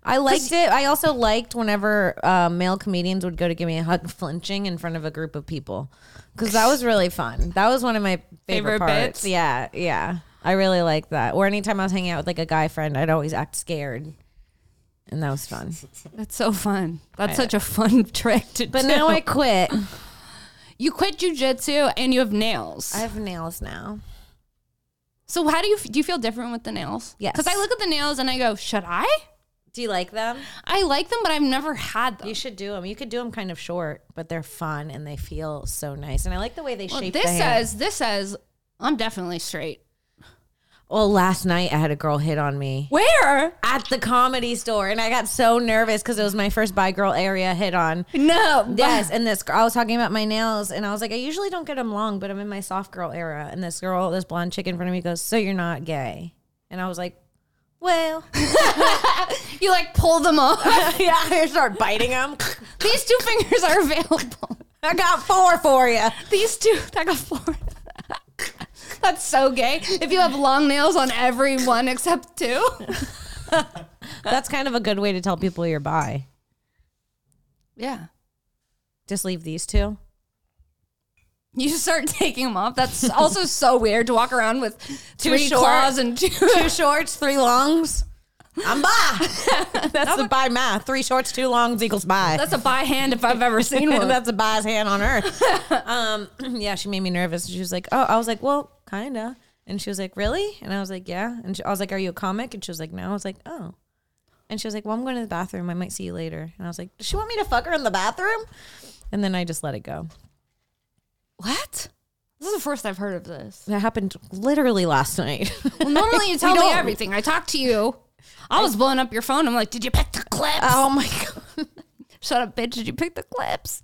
[SPEAKER 2] I liked it. I also liked whenever uh, male comedians would go to give me a hug, [laughs] flinching in front of a group of people, because that was really fun. That was one of my favorite,
[SPEAKER 3] Favorite
[SPEAKER 2] parts.
[SPEAKER 3] bits?
[SPEAKER 2] Yeah, yeah. I really liked that. Or anytime I was hanging out with like a guy friend, I'd always act scared, and that was
[SPEAKER 3] [laughs]
[SPEAKER 2] fun.
[SPEAKER 3] [clears throat] That's so fun. That's such a fun [laughs] trick to
[SPEAKER 2] But
[SPEAKER 3] do.
[SPEAKER 2] now I
[SPEAKER 3] [laughs]
[SPEAKER 2] quit.
[SPEAKER 3] you quit jujitsu and you have nails.
[SPEAKER 2] I have nails now.
[SPEAKER 3] so how do you f- do? You feel different with the nails?
[SPEAKER 2] Yes.
[SPEAKER 3] Because I look at the nails and I go, should I?
[SPEAKER 2] Do you like them?
[SPEAKER 3] I like them, but I've never had them.
[SPEAKER 2] You should do them. You could do them kind of short, but they're fun and they feel so nice. And I like the way they
[SPEAKER 3] Well,
[SPEAKER 2] shape.
[SPEAKER 3] this
[SPEAKER 2] the hand.
[SPEAKER 3] says this says I'm definitely straight.
[SPEAKER 2] "Well, last night I had a girl hit on me
[SPEAKER 3] Where?
[SPEAKER 2] at the comedy store, and I got so nervous because it was my first bi girl area hit [laughs] on."
[SPEAKER 3] No.
[SPEAKER 2] Yes, and this girl, I was talking about my nails, and I was like, I usually don't get them long, but I'm in my soft girl era. And this girl, this blonde chick in front of me goes, So you're not gay? And I was like, Well,
[SPEAKER 3] [laughs]
[SPEAKER 2] [laughs]
[SPEAKER 3] You like pull them off.
[SPEAKER 2] yeah, I start biting them.
[SPEAKER 3] These two fingers are available.
[SPEAKER 2] [laughs] I got four for you.
[SPEAKER 3] These two, I got four. [laughs] That's so gay. If you have long nails on every one
[SPEAKER 2] [laughs]
[SPEAKER 3] except two,
[SPEAKER 2] That's kind of a good way to tell people you're bi.
[SPEAKER 3] yeah,
[SPEAKER 2] Just leave these two.
[SPEAKER 3] you start taking them off. That's also so weird to walk around with
[SPEAKER 2] Too
[SPEAKER 3] three
[SPEAKER 2] short.
[SPEAKER 3] claws and two.
[SPEAKER 2] Two shorts, three longs. I'm bi. [laughs] That's the bi math. Three shorts, two longs equals bi.
[SPEAKER 3] [laughs] That's a by hand if I've
[SPEAKER 2] [laughs]
[SPEAKER 3] ever seen one.
[SPEAKER 2] That's a bi's hand on earth. [laughs] um, [clears throat] yeah, she made me nervous. She was like, "Oh," I was like, "Well, kinda," and she was like, "Really?" And I was like, "Yeah." And she, I was like, "Are you a comic?" And she was like, "No." I was like, "Oh." And she was like, "Well, I'm going to the bathroom. I might see you later." And I was like, "Does she want me to fuck her in the bathroom?" And then I just let it go.
[SPEAKER 3] what? This is the first I've heard of this.
[SPEAKER 2] That happened literally last night. [laughs]
[SPEAKER 3] Well, [laughs] normally you tell me
[SPEAKER 2] don't.
[SPEAKER 3] everything. I talk to you. I was blowing up your phone. I'm like, did you pick the clips?
[SPEAKER 2] oh my god!
[SPEAKER 3] Shut up, bitch. Did you pick the clips?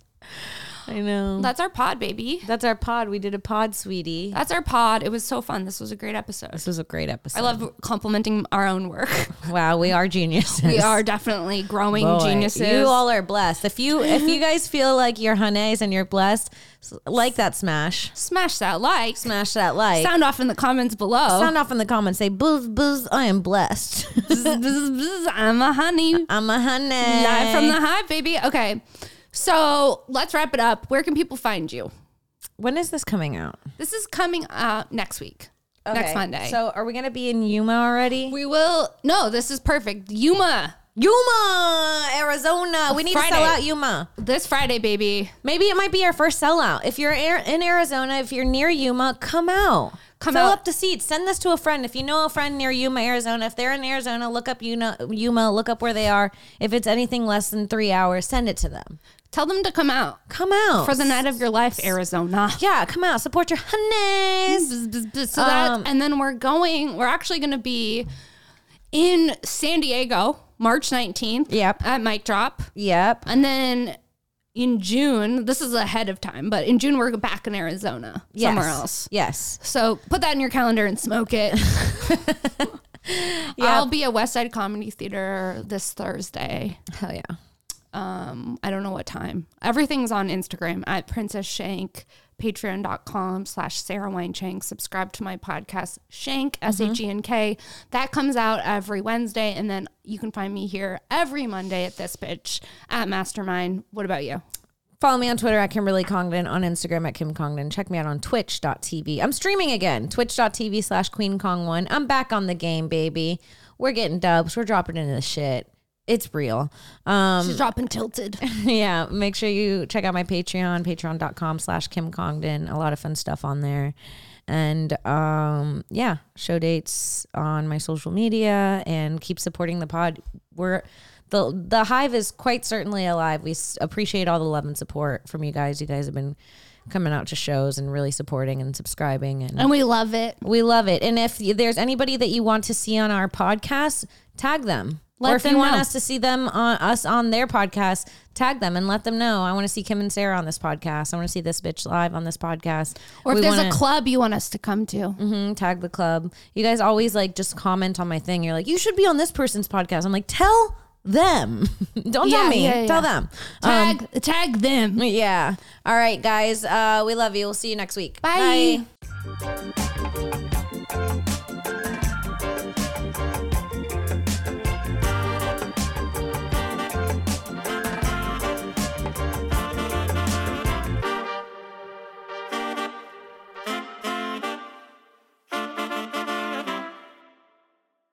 [SPEAKER 2] I know.
[SPEAKER 3] That's our pod, baby.
[SPEAKER 2] That's our pod. We did a pod, sweetie.
[SPEAKER 3] That's our pod. It was so fun. This was a great episode.
[SPEAKER 2] This was a great episode.
[SPEAKER 3] I love complimenting our own [laughs] work.
[SPEAKER 2] Wow, we are geniuses.
[SPEAKER 3] We are definitely growing
[SPEAKER 2] Boy,
[SPEAKER 3] geniuses.
[SPEAKER 2] You all are blessed. If you if
[SPEAKER 3] [gasps]
[SPEAKER 2] you guys feel like you're honeys and you're blessed, s- like that smash,
[SPEAKER 3] smash that like. Oh.
[SPEAKER 2] smash that like. Sound,
[SPEAKER 3] Sound off in the comments below.
[SPEAKER 2] off in the comments. Say buzz buzz. I am blessed.
[SPEAKER 3] [laughs] Bzz, bzz, bzz, I'm a honey.
[SPEAKER 2] [laughs] I'm a honey.
[SPEAKER 3] Live from the hive, baby. Okay. So let's wrap it up. Where can people find you?
[SPEAKER 2] when is this coming out?
[SPEAKER 3] This is coming out next week. Next Monday. So
[SPEAKER 2] So are we gonna be in Yuma already?
[SPEAKER 3] we will no, this is perfect. Yuma.
[SPEAKER 2] Yuma, Arizona. We need to sell
[SPEAKER 3] Oh, Friday.
[SPEAKER 2] out Yuma.
[SPEAKER 3] This Friday, baby.
[SPEAKER 2] Maybe it might be our first sellout. If you're Ar- in Arizona, if you're near Yuma, come out.
[SPEAKER 3] Come
[SPEAKER 2] Fill
[SPEAKER 3] out.
[SPEAKER 2] up the seats. Send this to a friend. If you know a friend near Yuma, Arizona, if they're in Arizona, look up Yuma, Yuma look up where they are. If it's anything less than three hours, send it to them.
[SPEAKER 3] Tell them to come out.
[SPEAKER 2] Come out.
[SPEAKER 3] For the night of your life, Arizona.
[SPEAKER 2] yeah, come out. Support your honeys.
[SPEAKER 3] Bzz, bzz, bzz. So that,
[SPEAKER 2] Um,
[SPEAKER 3] and then we're going. We're actually going to be in San Diego, March nineteenth.
[SPEAKER 2] Yep.
[SPEAKER 3] at Mic Drop,
[SPEAKER 2] Yep.
[SPEAKER 3] and then in June. This is ahead of time, but in June we're back in Arizona, somewhere
[SPEAKER 2] Yes.
[SPEAKER 3] else.
[SPEAKER 2] Yes.
[SPEAKER 3] So put that in your calendar and smoke
[SPEAKER 2] [laughs]
[SPEAKER 3] it. [laughs] I'll be at West Side Comedy Theater this Thursday.
[SPEAKER 2] Hell yeah.
[SPEAKER 3] Um, I don't know what time. Everything's on Instagram at Princess Shank, patreon.com slash Sarah Wine Shank. Subscribe to my podcast, Shank, S H E N K. That comes out every Wednesday. And then you can find me here every Monday at this bitch at Mastermind. What about you?
[SPEAKER 2] Follow me on Twitter at Kimberly Congdon, on Instagram at Kim Congdon. Check me out on twitch.tv. I'm streaming again, twitch.tv slash Queen Kong1. I'm back on the game, baby. We're getting dubs. We're dropping into the shit. It's real. Um,
[SPEAKER 3] She's dropping tilted.
[SPEAKER 2] [laughs] yeah, make sure you check out my Patreon, patreon.com slash Kim Congdon. A lot of fun stuff on there. And um, yeah, show dates on my social media and keep supporting the pod. We're the the hive is quite certainly alive. We s- appreciate all the love and support from you guys. You guys have been coming out to shows and really supporting and subscribing and
[SPEAKER 3] And we love it.
[SPEAKER 2] we love it. And if there's anybody that you want to see on our podcast, tag them.
[SPEAKER 3] Let
[SPEAKER 2] or if
[SPEAKER 3] them
[SPEAKER 2] you want
[SPEAKER 3] know.
[SPEAKER 2] us to see them on us on their podcast, tag them and let them know. I want to see Kim and Sarah on this podcast. I want to see this bitch live on this podcast.
[SPEAKER 3] Or if
[SPEAKER 2] We
[SPEAKER 3] there's
[SPEAKER 2] wanna-
[SPEAKER 3] a club you want us to come to,
[SPEAKER 2] Mhm, tag the club. You guys always like just comment on my thing. You're like, you should be on this person's podcast. I'm like, tell them. [laughs] Don't
[SPEAKER 3] Yeah,
[SPEAKER 2] tell me.
[SPEAKER 3] yeah, yeah.
[SPEAKER 2] Tell them. Um,
[SPEAKER 3] tag, tag them.
[SPEAKER 2] yeah. All right, guys. Uh, we love you. We'll see you next week.
[SPEAKER 3] Bye.